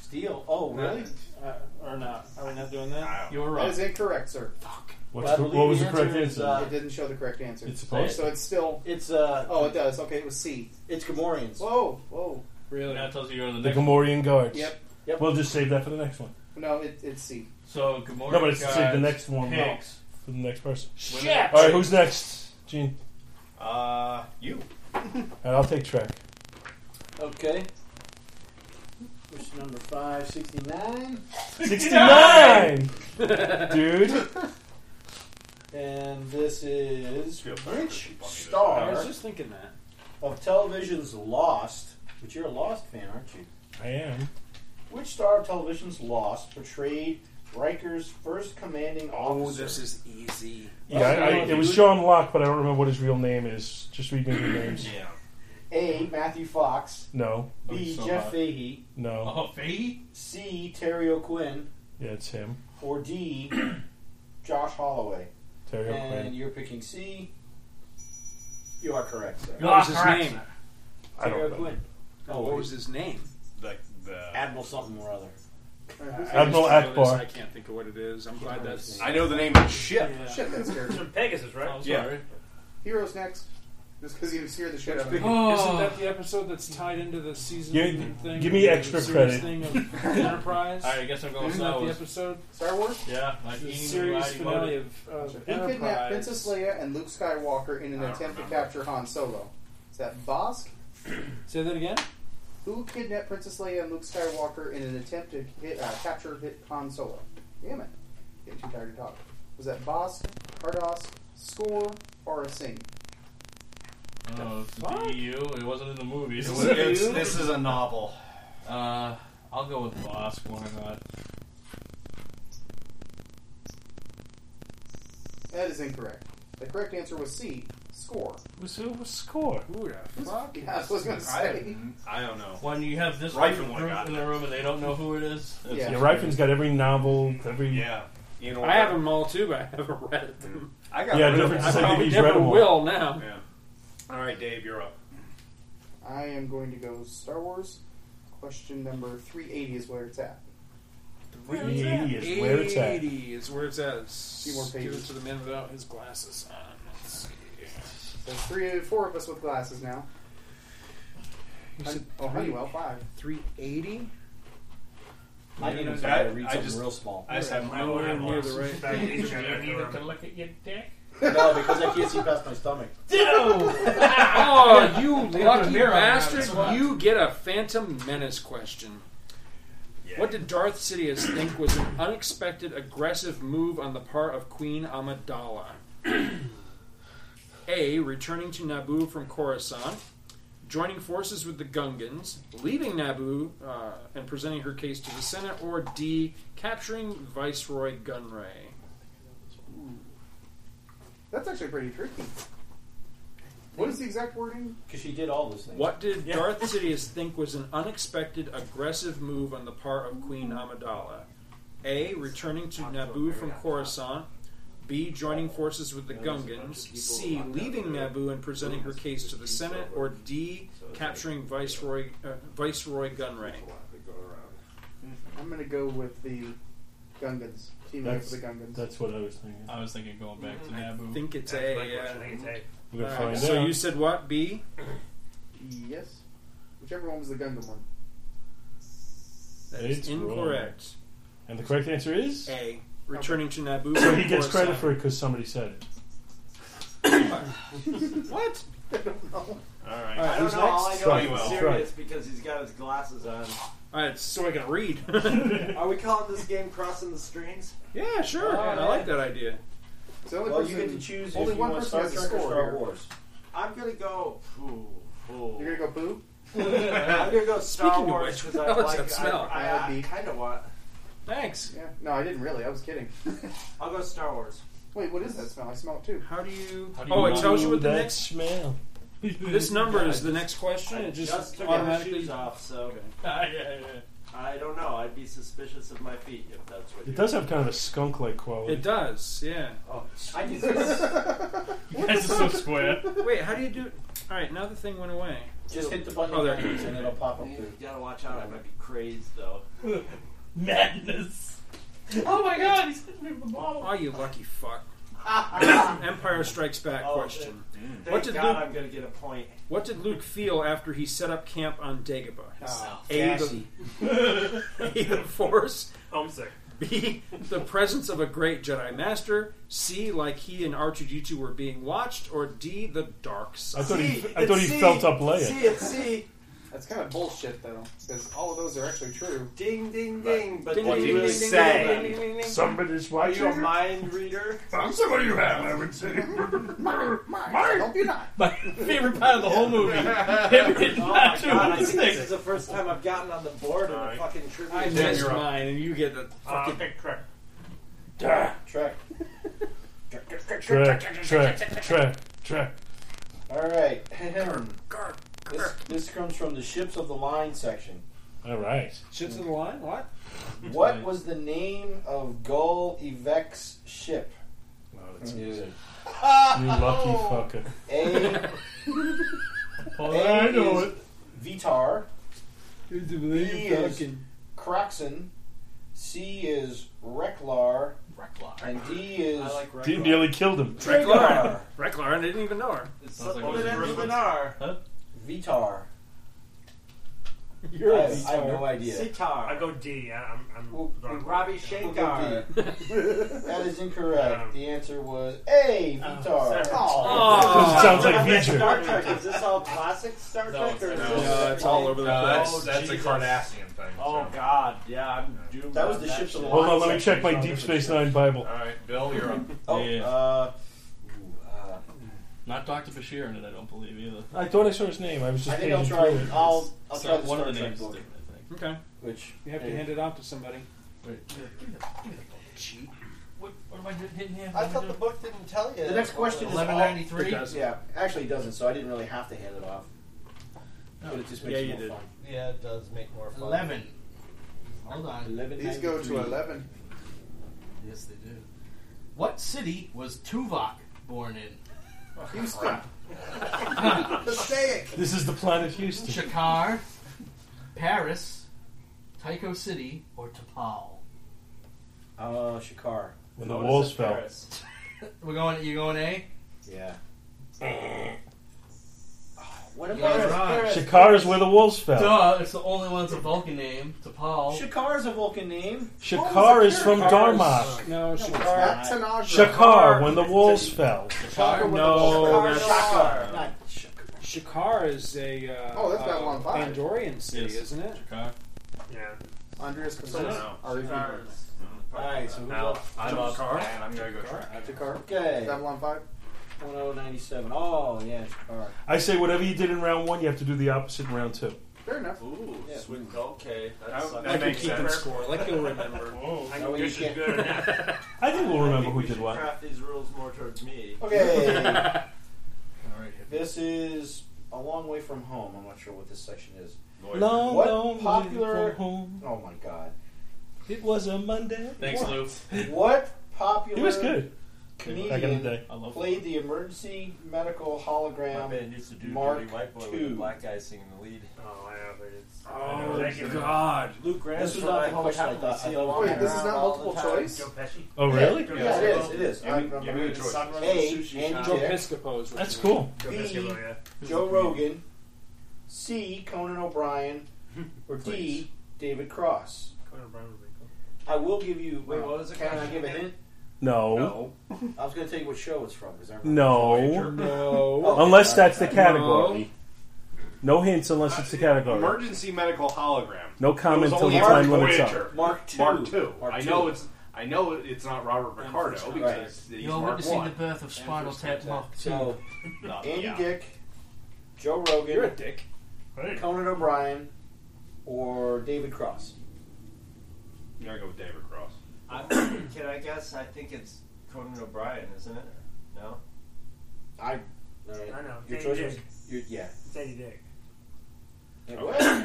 Steal? Oh, really? Uh, or not? Are we not doing that? You were That is incorrect, sir. Fuck. What's the- what was the correct answer? uh, it didn't show the correct answer. It's supposed So it's still. It's uh. Oh, it does. Okay, it was C. It's Gamorreans. Whoa, whoa. Really? That tells you you're on the The next Gamorrean one. guards. Yep. Yep. We'll just save that for the next one. No, it, it's C. So Gamorrean No, but it's save the next one pigs. for the next person. Shit! All right, who's next? Gene. Uh, you. And I'll take track. Okay. Which number five, 69? 69! Dude. And this is which I star was just thinking that. of television's Lost, which you're a Lost fan, aren't you? I am. Which star of television's Lost portrayed Riker's first commanding Oh, officer? this is easy. Yeah, I, I, it was Sean Locke, but I don't remember what his real name is. Just read me the names. Yeah. A. Matthew Fox. No. B. Jeff Fahey. No. Fahey? C. Terry O'Quinn. Yeah, it's him. Or D. Josh Holloway. Terry and O'Quinn. you're picking C. You are correct, sir. What Ah, was his name? I don't Terry know. O'Quinn. Oh, what was his name? Like the Admiral something or other. Uh, Admiral I just know this, Akbar. I can't think of what it is. I'm glad that's. I know the name of ship. Ship, that's scary. It's from Pegasus, right? Oh, I'm yeah. sorry. Heroes next. Just because you scared the shit out of me. Isn't that the episode that's tied into the season Give- thing? give me the extra series credit. Thing of Enterprise. All right, I guess I'm going Isn't Star that the Wars. episode? Star Wars? Yeah, like the eating series variety finale mode. of, of He kidnapped Enterprise. Princess Leia and Luke Skywalker in an I don't attempt to remember. capture Han Solo. Is that Bosk? Say that again. Who kidnapped Princess Leia and Luke Skywalker in an attempt to hit, uh, capture hit Han Solo? Damn it. Getting too tired to talk. Was that Bosk, Cardos, Score, or a Singh? Oh, it's the DU. It wasn't in the movies. It was- it's- this is a novel. Uh, I'll go with Bosk. Why not? That is incorrect. The correct answer was C, Score. Was who was score? Who the fuck? Yeah, I was going to say. I don't know. When you have this Rifen room, one room got in the room and they don't know who it is. That's Yeah. yeah, Rifen's got every novel, every yeah. You know, I have them all too, but I haven't read them. I got Yeah, rid of different them. I I side probably probably of each never never read them all. will will now. All right, Dave, you're up. I am going to go Star Wars. Question number 380 is where it's at. 380 is where it's at. 80 is where it's at. Few more Give it pages. to the man without his glasses on. Let's see. There's three, four of us with glasses now. You Hun- said oh, three- Honeywell, five. 380? I need him to I- read I something just- real small. I just have my own Nowhere analysis. In fact, near these the are right. gonna be to look at your dick. no, because I can't see past my stomach. oh, They you put a lucky mirror on bastard! that, that's You get a Phantom Menace question. What did Darth Sidious think was an unexpected aggressive move on the part of Queen Amidala? a. Returning to Naboo from Coruscant, joining forces with the Gungans, leaving Naboo uh, and presenting her case to the Senate, or D. Capturing Viceroy Gunray. That's actually pretty tricky. What is the exact wording? Because she did all those things. What did Darth Sidious think was an unexpected aggressive move on the part of Queen Amidala? A. Returning to Naboo from Coruscant. B. Joining forces with the Gungans. C. Leaving Naboo and presenting her case to the Senate. Or D. Capturing Viceroy uh, Viceroy Gunray. Mm-hmm. I'm going to go with the Gungans. Team up That's, with the Gungans. that's what I was thinking. I was thinking going back to Naboo. I think it's That's A. my yeah. question. I think it's A. We're gonna All right, find so out. you said what? B. Yes. Whichever one was the Gungan one. That is It's wrong. incorrect. And the correct answer is. A. Returning to Naboo. So from he gets Coruscant. credit for it because somebody said it. what? I don't know. All right. All right, I Uh, who's don't know. All I next? know is Honeywell. Serious. Right. because he's got his glasses on. All right, so I can read. Are we calling this game Crossing the Streams? Yeah, sure. Oh, I yeah. like that idea. Well, you get to choose if you want Star Trek or Star Wars. I'm gonna go. Ooh, ooh. You're going to go boo? I'm gonna go Star Speaking Wars of 'cause which, I how does like- that smell? I- I- I kinda want. Thanks. Yeah. No, I didn't really. I was kidding. I'll go Star Wars. Wait, what is that smell? I smell it too. How do you? oh, it tells you what the next smell. this number is the next question. I It just, just took my automatically. Ah, shoes off, so I don't know. I'd be suspicious of my feet if that's what. It does have kind of a skunk like quality. It does, yeah. Oh, I do this. you guys are so square. Wait, how do you do? All right, now the thing went away. Just hit the button Oh, there it and is. it'll pop up. You gotta watch out. I might be crazed though. Madness. oh my god, he's hitting me with the ball. Oh, you lucky fuck. Empire Strikes Back question. Mm. Thank What did God Luke I'm gonna get a point. What did Luke feel after he set up camp on Dagobah? Oh, A, gassy. the, A, the Force. Homesick. B, the presence of a great Jedi Master. C, like he and R2D2 were being watched. Or D, the dark side. I thought he- I thought he felt up Leia. See, it's C. That's kind of bullshit, though, because all of those are actually true. Ding, ding, ding. But What ding, do you ding, ding, say? ding, ding, ding, ding. Somebody's Are watching. you a mind reader? I'm somebody you have, I would say. Don't be not. My favorite part of the whole movie. oh my god, I think this is the first time I've gotten on the board of a fucking trivia. I show. missed mine, and you get the Ah, fucking Trek. Trek. Trek, trek, trek, trek. All right. this, this comes from the Ships of the Line section. All right. Shits in the line? What? What was the name of Gull Evek's ship? Wow, that's easy. You lucky fucker. A. Oh, A I know is Vitar. B is fucking- Croxon. C is Reklar. Reklar. And D is. I like He nearly killed him. Reklar. Reklar, and I didn't even know her. like one of those ribbons. Huh? Vitar. You're I have- I have no idea. Sitar. I go D. I- I'm. I'm wrong. Robbie We'll Shankar. go D. that is incorrect. The answer was A. Vitar. sorry. That sounds like Vitar. Star Trek. Is this all classic Star Trek? Or is no. this No, it's all over the Oh, place. That's a Jesus. Cardassian thing, Oh, God. Yeah, I'm doomed. That was on the Ships of the shit. Hold on, let me check my Deep Space Nine Bible. All right, Bill, you're up. Oh, uh, Not Dr. Bashir in it, I don't believe either. I thought I saw his name. I was just I think I'll paging try. through it. I'll, I'll So try the one of Star the Trek names book. Okay. Which You have to hey, hand it off to somebody. Wait. cheat. What, what am I doing hitting here? I thought the book didn't tell you. The next question is all- 1193? It does. Yeah, actually it doesn't, so I didn't really have to hand it off. But it just makes Yeah, it you more did. fun. Yeah, it does make more fun. Eleven. Hold on. These go to 11. Yes, they do. What city was Tuvok born in? Houston. Mistake. This is the planet Houston. Shakar, Paris, Tycho City, or Tapal? Uh, Shakar. When the Notice walls it, fell. We're going. You going A? Yeah. What You guys are on. Shakar is where the walls fell. Duh, it's the only one that's a Vulcan name. Tapal. Shakar is a Vulcan name. Shakar is from Darmok. No, Shakar. That's an Shakar, when the walls fell. Shakar? No, that's Shakar. Shakar is a uh, Oh, that's that uh, one by. Andorian city, isn't it? Shakar. Yeah. Andreas So Costanza. no. Alright, so who's Now, up? I'm up, and I'm gonna go Shrek. Shakar. Okay. Babylon 5. 1097. Oh, yeah, Shakar. I say whatever you did in round one, you have to do the opposite in round two. Fair enough. Ooh, Yeah. sweet. Okay. I- That's that makes sense. Like you'll remember. I No, think you this is can't. good. I think we'll remember who we did should what. Craft these rules more towards me. Okay. Alright. This is a long way from home. I'm not sure what this section is. Long, what long way popular? from home. Oh my god! It was a Monday. Thanks, What- Lou. What popular? He was good. Comedian Back in the day. I love played the emergency medical My hologram. band used to do Mark Dirty White Boy with II. the black guy singing the lead. Oh, yeah, but it's. Oh, Thank you. God. Luke Graham. This was from not I the Hope question I Happily thought. I See thought You Wait, this is not all the multiple time. choice? Yeah, Oh, really? Yeah, it is. It is. I Give remember me it. the choice. Sunrise A, Sushi Shop. Joe Piscopo is what That's you- cool. Joe B, Pesci, yeah. Joe Rogan. C. Conan O'Brien. Or D. David Cross. Conan O'Brien would be cool. I will give you. Wait, what was the Can I question give a again? hint? No. No. I was going to tell you what show it's from. 'cause I remember No. Voyager. Okay, Unless all right, that's the all right. category. No hints unless it's the category. Emergency medical hologram. No comment It was till the only time Mark limit's Voyager. up. Mark two. Mark two. Mark I two. know it's. I know it's not Robert Ricardo because he's You're Mark witnessing the one. birth of Spinal Tap Mark So, No, Andy yeah. Dick, Joe Rogan, You're a dick. Conan O'Brien, or David Cross? You gotta go with David Cross. I, can I guess? I think it's Conan O'Brien, isn't it? No. I. I know. Your choice was. Your, yeah. It's Eddie Dick. It was.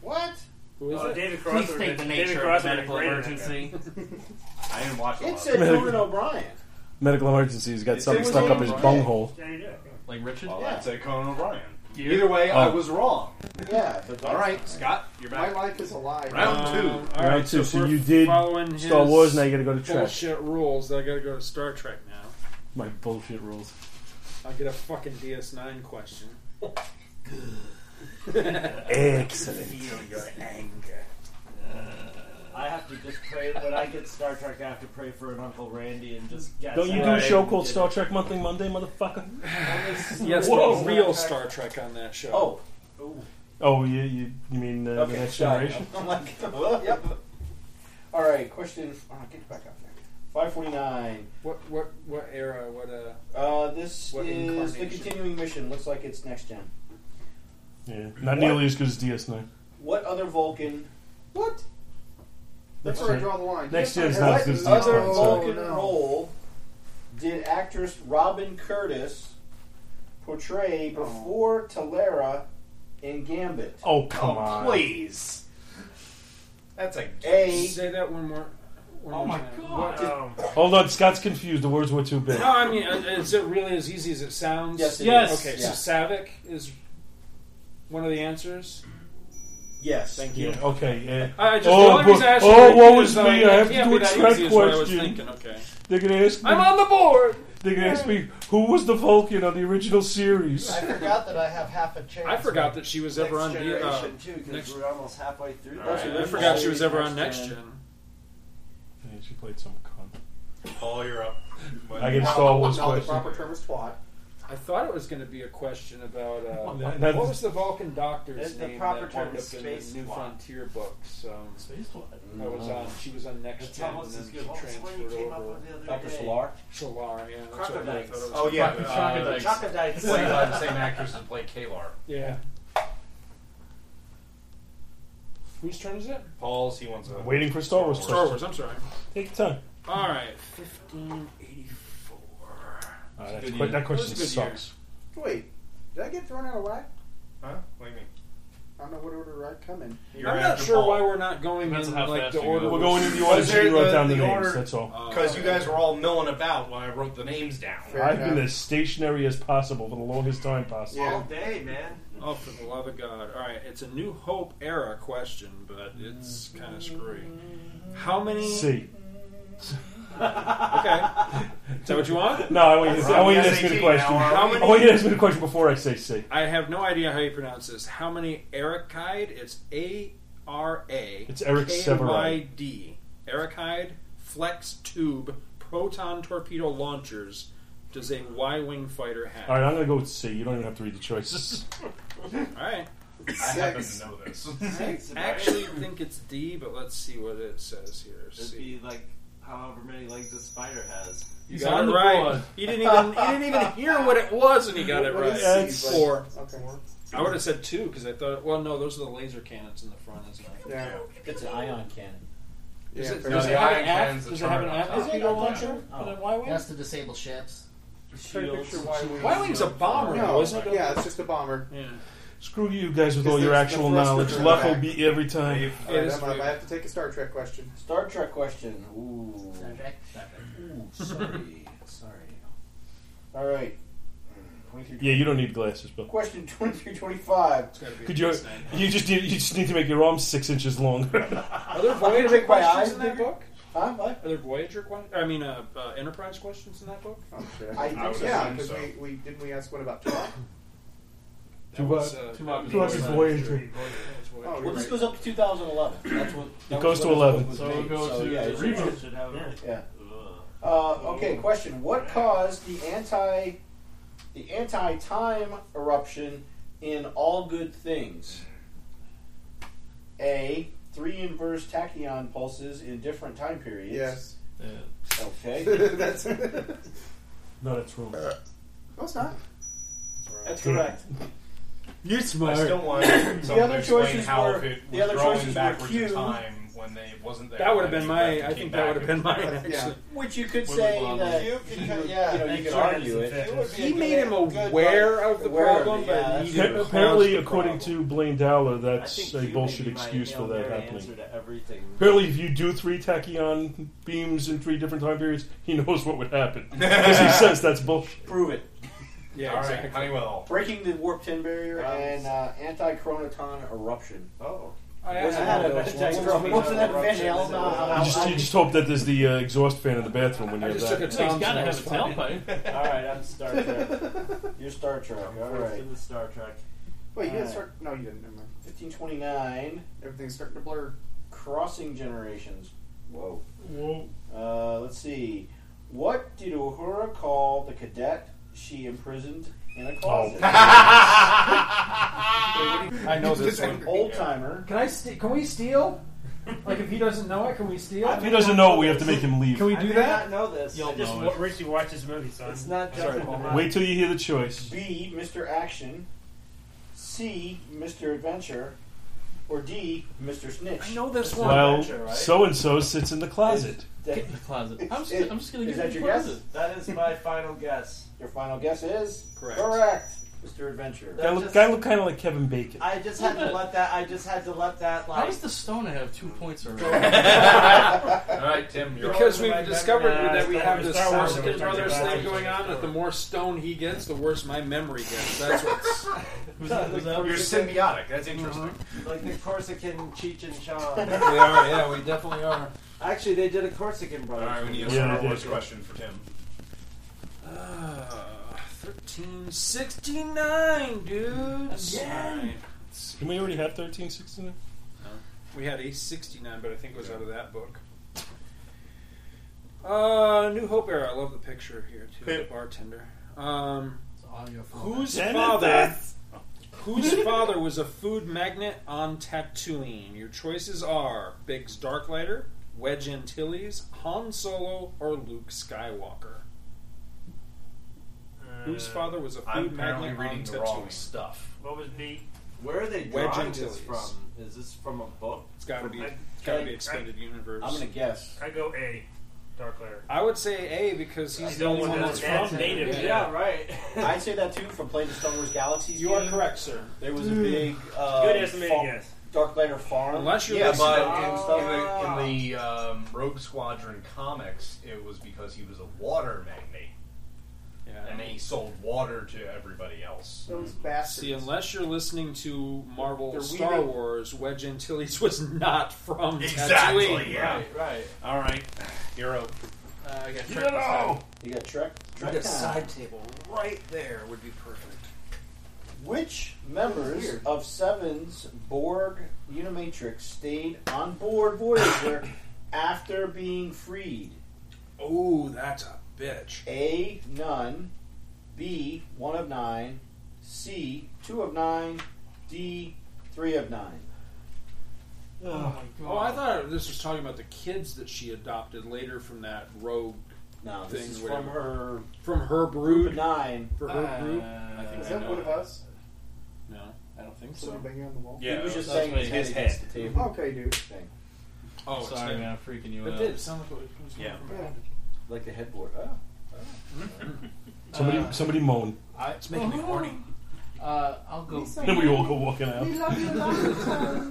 what? Who is Oh, it? David Cross Please would have state been- the David nature of Cross the would have medical been great in that. emergency. I didn't watch a lot It of said it. Conan O'Brien. Medical emergency. He's got It something was stuck up his O'Brien. bunghole. Like Richard? Well, Yeah. I'd say Conan O'Brien. Either way, I Oh. was wrong. Yeah. but- All right, Scott, you're back. My life is a lie. Round two. All right, so, so you did following Star his Wars, now you got to go to trash. Bullshit rules. that I gotta go to Star Trek now. My bullshit rules. I get a fucking DS9 question. Excellent. I have to just pray when I get Star Trek. I have to pray for an Uncle Randy and just guess. Don't you do how a I show called did Star it. Trek Monthly Monday, motherfucker? Yes, Whoa. but real Star Trek on that show. Oh. Oh, you you, you mean uh, the next sorry. generation? I'm like, oh, yep. All right, question. Oh, get back up there. Five forty nine. What what what era? What uh? Uh, this What is the incarnation? continuing mission. Looks like it's next gen. Yeah, not What? nearly as good as DS9. What other Vulcan? What? That's That's where I it. draw the line. Next Can't gen's find- not as good as What next other gen, so- Vulcan Oh, no. role did actress Robin Curtis portray Oh. before Talera in Gambit? Oh, come on. please. That's a A. Say that one more. one Oh more my time. God. What- Hold on, Scott's confused. The words were too big. No, I mean, uh, is it really as easy as it sounds? Yes, it Yes. is. Okay, Yeah. so Savick is one of the answers. Yes. Thank you. Yeah, okay. Uh, I just, oh, the only reason boy. I asked oh, you what is, was uh, me? it I have to can't do be a that track easy is what I was question. thinking, okay. They're gonna ask me. I'm on the board. They're gonna ask me who was the Vulcan on the original series. I forgot that I have half a chance. I forgot that she was Next ever on the, uh, generation too, next- because we're almost halfway through. All that. right, I forgot she was ever on Next Gen. Yeah, she played some cunt. Paul, you're up. I get Star Wars question. term is twat. I thought it was going to be a question about uh, Well, that- what was the Vulcan doctor's The- the name proper that term wound is up in the space New twat. Frontier books. Um, Space twat. That was on. She was on Next That's Gen, and almost then as she good. What was the one you transferred came up over. with the other Dr. day? Solar? Solar, yeah. that's what I thought Crocodites. it was. Oh, yeah, Croc- uh, Crocodites. Crocodites. Played by the same actress that played Kalar. Yeah. Whose turn is it? Paul's, he wants a. I'm waiting for Star Wars. Star Wars. question. I'm sorry. Take your time. All right, fifteen eighty-four. Uh, that's Good quite- year. that question sucks. Wait, did I get thrown out of whack? Huh? What do you mean? I don't know what order I'd come in. I'm not sure why we're not going in like the order. We're going in the order that you wrote down the names. That's all. Because uh, you guys were all milling about while I wrote the names down. I've been as stationary as possible for the longest time possible. day, man. Oh, for the love of God! All right, it's a New Hope era question, but it's kind of screwy. How many? C. Okay. Is that what you want? No, I want you to, I want you to ask me the question. How many? I want you to ask me the question before I say C. I have no idea how you pronounce this. How many Ericide? It's A R A. It's Eric Severide. K-Y-D. Ericide flex tube proton torpedo launchers does a Y wing fighter have? All right, I'm going to go with C. You don't even have to read the choices. All right. I happen to know this. I actually think it's D, but let's see what it says here. It'd See. be like however many legs this spider has. You got it right. He didn't even he didn't even hear what it was, and he got it What right. is Yeah, it's- C? four. Okay. I would have said two because I thought. Well, no, those are the laser cannons in the front, isn't it? Yeah. It's an ion cannon. Yeah, Does it, for does sure. it have The an ion aft? cannon's the Does it have an turret aft on top. torpedo launcher? Oh. for the Y-wing? That's to disable ships. Y-wing's a bomber, No, though, isn't it? Yeah, it's just a bomber. Yeah. Screw you guys with all Because your there's the actual thrust knowledge. return Luck will back. be every time. All right, I'm up. I have to take a Star Trek question. Star Trek question. Ooh. Star Trek. Ooh, sorry. sorry. All right. Yeah, you don't need glasses, Bill. Question 2325. Could you? You just need, you just need to make your arms six inches longer. Are there I'm gonna Voyager make my questions eyes in that bigger. book? Huh? What? Are there Voyager questions? I mean, uh, uh, Enterprise questions in that book? I think yeah, because we, we didn't we ask one about Oh, Tuvok. Tuvok- was, uh, Tuvok Tuvok is was Voyager. Voyager. Voyager. Oh, Well, this goes up to 2011. That's what. that It goes to was when this 11. book was So made. we'll go to yeah, the it reboot. should- Should have a- Yeah. Uh, okay, question. What caused the anti the anti time eruption in all good things? A three inverse tachyon pulses in different time periods. Yes. Okay. That's- Uh, no, that's wrong. No, it's not. That's correct. You're smart. I still want someone The other to explain choices how were- if it the was other choices growing were backwards in Q. time when they wasn't there. That would've when been it my- came I think back, that would've it been was- mine, Yeah. actually. Which you could Would say belong that there. he would- you know, you could argue it. He made him aware of the problem, but he didn't Apparently, acknowledge the problem. according to Blaine Dowler, that's a bullshit excuse for that answer happening. to everything. Apparently, if you do three tachyon beams in three different time periods, he knows what would happen because he says that's bullshit. Prove it. Yeah, All right, exactly. Honeywell. Breaking the warp 10 barrier and uh, anti chronoton eruption. Oh. I- I What's had that? a What's anti-chronoton that eruption. invention? Hell no. You just, you just hope that there's the uh, exhaust fan in the bathroom when I you're just that. took a Tom's gotta notes. have a tailpipe. All right, I'm Star Trek. You're Star Trek. All forced right. into Star Trek. Wait, you uh, didn't start. No, you didn't. Never mind. 1529. Everything's starting to blur. Crossing generations. Whoa. Whoa. Uh, let's see. What did Uhura call the cadet she imprisoned in a closet? I know this one. Old timer. Can I? St- can we steal? like if he doesn't know it, can we steal? If he doesn't know, we have to make him leave. Can we I do may that? not know this. You'll just know wa- Richie watches movies, son. It's not Sorry, Paul. Wait till you hear the choice. B. Mr. Action. C. Mr. Adventure. Or D. Mr. Snitch. I know this Well, so and so sits in the closet. Get in the closet. I'm just, I'm just going to Is that your guess? That is my final guess. Your final guess is Correct. Correct, Mr. Adventure. Guy look, guy look kind of like Kevin Bacon. I just had to let that. I just had to let that. Like, How does the stoner have two points already? All right, Tim, you're Because on. we've Right, discovered right, that we right. have this Star Wars Star and Star Brothers Wars. thing going on. That the more stone he gets, the worse my memory gets. That's what's. You're symbiotic. That's interesting. Mm-hmm. Like the Corsican Cheech and Chong. We are, yeah, we definitely are. Actually, they did a Corsican brother. All right, we need a Yeah, Star they Wars did. question for Tim. Uh, 1369, dude. Again. Can we already have 1369? We had a 69, but I think it was out of that book. Uh, New Hope era. I love the picture here too. The bartender. Um, whose Damn it, father? that's- Whose father was a food magnate on Tatooine? Your choices are Biggs Darklighter, Wedge Antilles, Han Solo, or Luke Skywalker. Whose father was a food Uh, I'm apparently magnate reading on the Tatooine? wrong stuff. What was B? Where are they Wedge drawing this Antilles. from? Is this from a book? It's gotta be. I- It's gotta be expanded universe. I'm gonna guess. I go A. Dark Lair. I would say A because he's the only one that's from it. right. I'd say that too from playing the Star Wars Galaxies. You are correct, sir. There was a Mm. big uh, Good estimated fa- guess. Dark Lair yeah, farm. but in, in the, in the Ah. um, Rogue Squadron comics, it was because he was a water magnate, and then he sold water to everybody else. Those bastards. Hmm. See, unless you're listening to Marvel They're Star weaving- Wars, Wedge Antilles was not from Exactly, Tatooine. yeah. Right, right. All right, you're up. Uh, I got You don't know. You got Trek. Trek time. table right there would be perfect. Which members of Seven's Borg Unimatrix stayed on board Voyager after being freed? Oh, that's a bitch. A. None. B. One of nine. C. Two of nine. D. Three of nine. Oh, I thought this was talking about the kids that she adopted later from that rogue No, thing. this is whatever. from her From her brood. nine. For her Uh, brood. I Is that one of us? No, I don't think Someone so. banging on the wall? Yeah, he was just that's saying what his he- head his against the head. table. Okay, dude. Thing. Oh, it's sorry, him. man, I'm freaking you It out. did sound like it was coming Yeah. from Yeah. Like the headboard. Oh. Somebody, somebody moan. it's making me horny. Uh, I'll go. Then we all go walking out.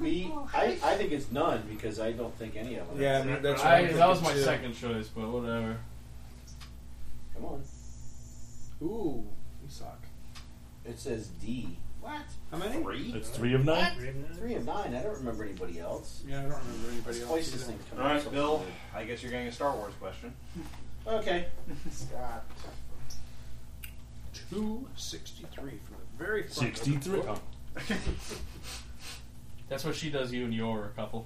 B, I, I think it's none because I don't think any of them. Yeah, I mean, that's I, that was my second choice, but whatever. Come on. Ooh, we suck. It says D. What? How many? Three. It's three of nine. What? Three of nine. I don't remember anybody else. Yeah, I don't remember anybody else. Twice this either. thing's All coming up right, so Bill. weird. I guess you're getting a Star Wars question. Okay. Scott. 263 from the very front. of the 63. book. That's what she does. You and your couple.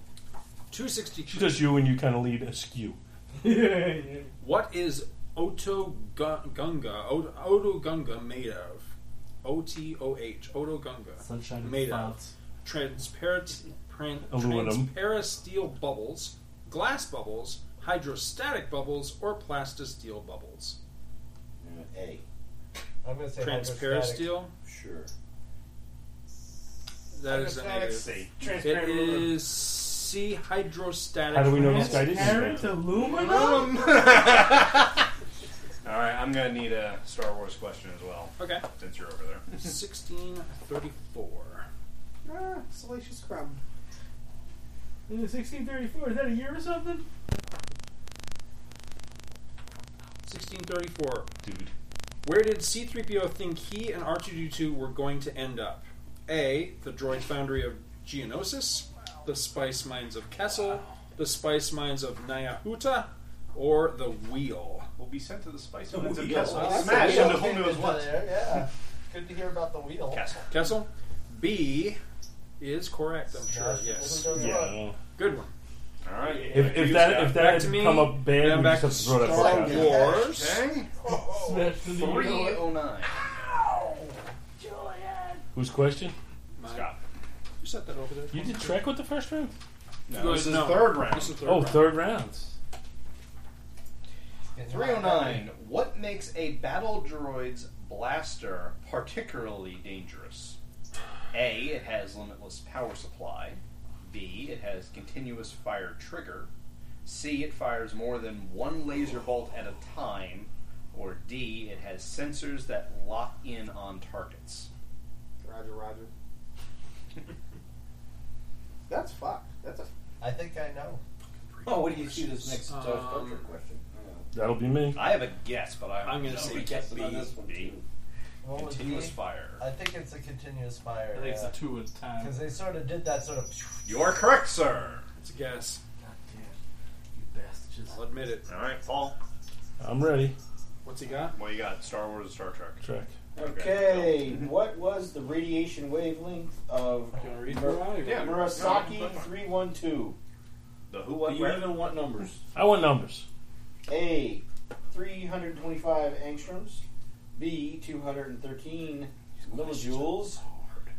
262. She does you and you kind of lead askew. What is Otogunga, Ot- Otogunga made of? O T O H, Otogunga. Sunshine made of. Transparent, pran- Aluminum. transparasteel bubbles, glass bubbles, hydrostatic bubbles, or plastisteel bubbles. Uh, A. I'm gonna say Transparasteel? Sure. That is a Hydrostatic C. negative. It Transparent is C hydrostatic. How do we know this guy didn't do transparent that? aluminum? All right, I'm gonna need a Star Wars question as well. Okay. Since you're over there. Sixteen thirty-four. Ah, salacious crumb. In 1634, is that a year or something? 1634. Dude. Where did C3PO think he and R2D2 were going to end up? A. The droid foundry of Geonosis, the spice mines of Kessel, the spice mines of Nyahuta, or the wheel? We'll be sent to the spice The mines of wheel. Kessel. Well, that's Smash the wheel. into who knows what. There, yeah. Good to hear about the wheel. Castle. Kessel? B is correct, I'm sure. Yes. Yeah. Good one. All right. If, if that if that back to had me. come up Now bad, we back just have to throw that Star fuck out. Wars. Three oh nine. Whose question? Scott. You set that over there. You did Trek with the first round? No, this is third round. This is third oh, round. third round. 309. What makes a battle droid's blaster particularly dangerous? A. It has limitless power supply. B. It has continuous fire trigger. C. It fires more than one laser bolt at a time. Or D. It has sensors that lock in on targets. Roger, Roger. That's fucked. That's a. I think I know. Oh, what do you see this next Um, uh, Star Trek question? That'll be me. I have a guess, but I'm, I'm gonna say guess B. on this one. B. What was Continuous B? fire. I think it's a continuous fire. I think it's a two at a time. Because they sort of did that sort of. You are correct, sir. It's a guess. bastards. I'll admit it. All right, Paul. I'm ready. What's he got? What you got? Star Wars or Star Trek? Trek. Okay, what was the radiation wavelength of Mur- Yeah. Murasaki 312? The who, what, Do you where? even want numbers? I want numbers. A. 325 angstroms. B. 213 millijoules.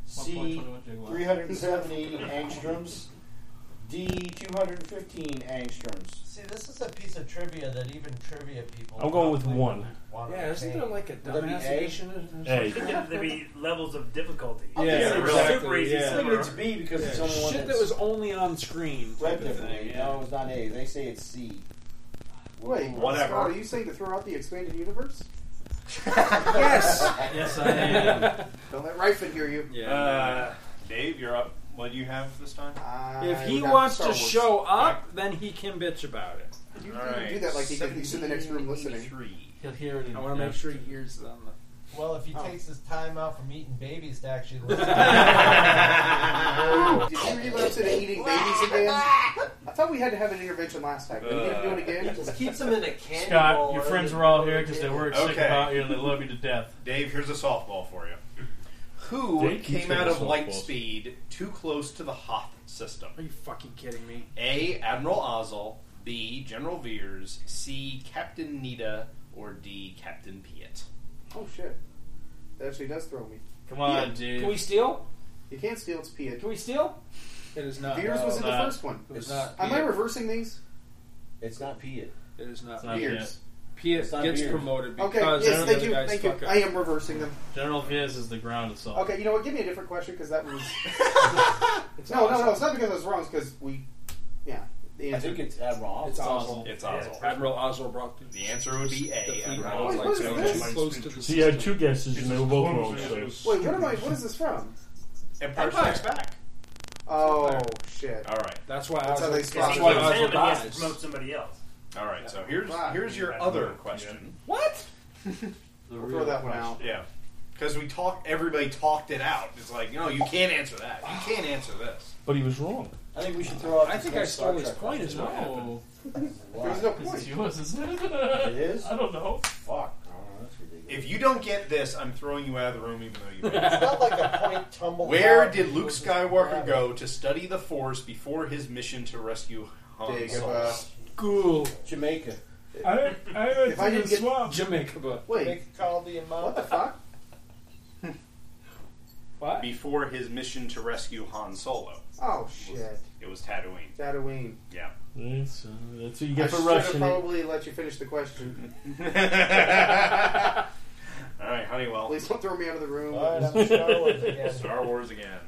C. 370 angstroms. D. 215 angstroms. See, this is a piece of trivia that even trivia people. I'm going with probably one. wanna Yeah, isn't take. there like a Would that be dumbass A? edition or something? A. There'd be levels of difficulty. Yeah, exactly, super easy. yeah. I think it's B because it's Yeah. only one Shit that that's- was only on screen. Read type of differently. thing, yeah. No, it's not A. They say it's C. Wait, Whatever. Scott, are you saying to throw out the expanded universe? Yes. Yes, I am. Don't let Rifen hear you. Uh, Dave, you're up. What do you have this time? If he wants to show up, then he can bitch about it. You can do that like he did- he's in the next room listening. He'll hear it. in- I want to yeah. make sure he hears it on the. Well, Oh. if he takes his time out from eating babies to actually listen. Did you relapse into eating babies again? I thought we had to have an intervention last time. Are you going to do it again? Just keeps them in a candy Scott, your friends were all here because they were sick Okay. about you and they love you to death. Dave, here's a softball for you. Who Dave keeps came out getting of softballs. Lightspeed too close to the Hoth system? Are you fucking kidding me? A. Admiral Ozzel. B. General Veers. C. Captain Nita. Or D. Captain Piet. Oh, shit. That actually does throw me. Come on, dude. Can we steal? You can't steal, it's Piet. Can we steal? It is not. Veers was in the first one. It was not. Am I Piet. reversing these? It's not Piet. It is not. It's not Veers. Piet It's not gets Veers. promoted Okay, because yes, the thank other you, guys Oh. thank you. fuck up. I am reversing them. General Viz is the ground assault. Okay, you know what? Give me a different question because that was. no, no, no. It's not because I was wrong. It's because we. Yeah. The I think it's Admiral. It's Ozzel. Ozzel. It's Ozzel. Admiral Ozzel brought the. The Oh, answer would be A. The Admiral fleet Ozzel. too close to the See, I had two guesses and they were both wrong. So. Wait, what am I? What is this from? Empire Strikes Back. Oh shit! All right. That's why That's Ozzel- how they that's spot. why it. Ozzel Saying that he has dies. to promote somebody else. All right. So here's here's your Yeah. other Yeah. question. What? We'll throw that one out. Yeah. Because we talked, everybody talked it out. It's like, no, you can't answer that. You can't answer this. But he was wrong. I think we should throw out. I this think next I stole Star his Trek point question. is what happened. Why? There's no point. It's yours, isn't it? It is? I don't know. Fuck. Oh, that's ridiculous. If you don't get this, I'm throwing you out of the room, even though you. It's not like a point tumble. Where down. did Luke Skywalker go to study the Force before his mission to rescue Han Solo? Dagobah. Cool. Jamaica. I, I If I didn't get Jamaica, but wait, Nick called the amount. what the fuck? What? Before his mission to rescue Han Solo, Oh shit! it was Tatooine. Tatooine. Yeah. That's, uh, that's what you get I for should have rushing. it. probably let you finish the question. All right, Honeywell. Please don't throw me out of the room. All right, I'm Star Wars again. Star Wars again.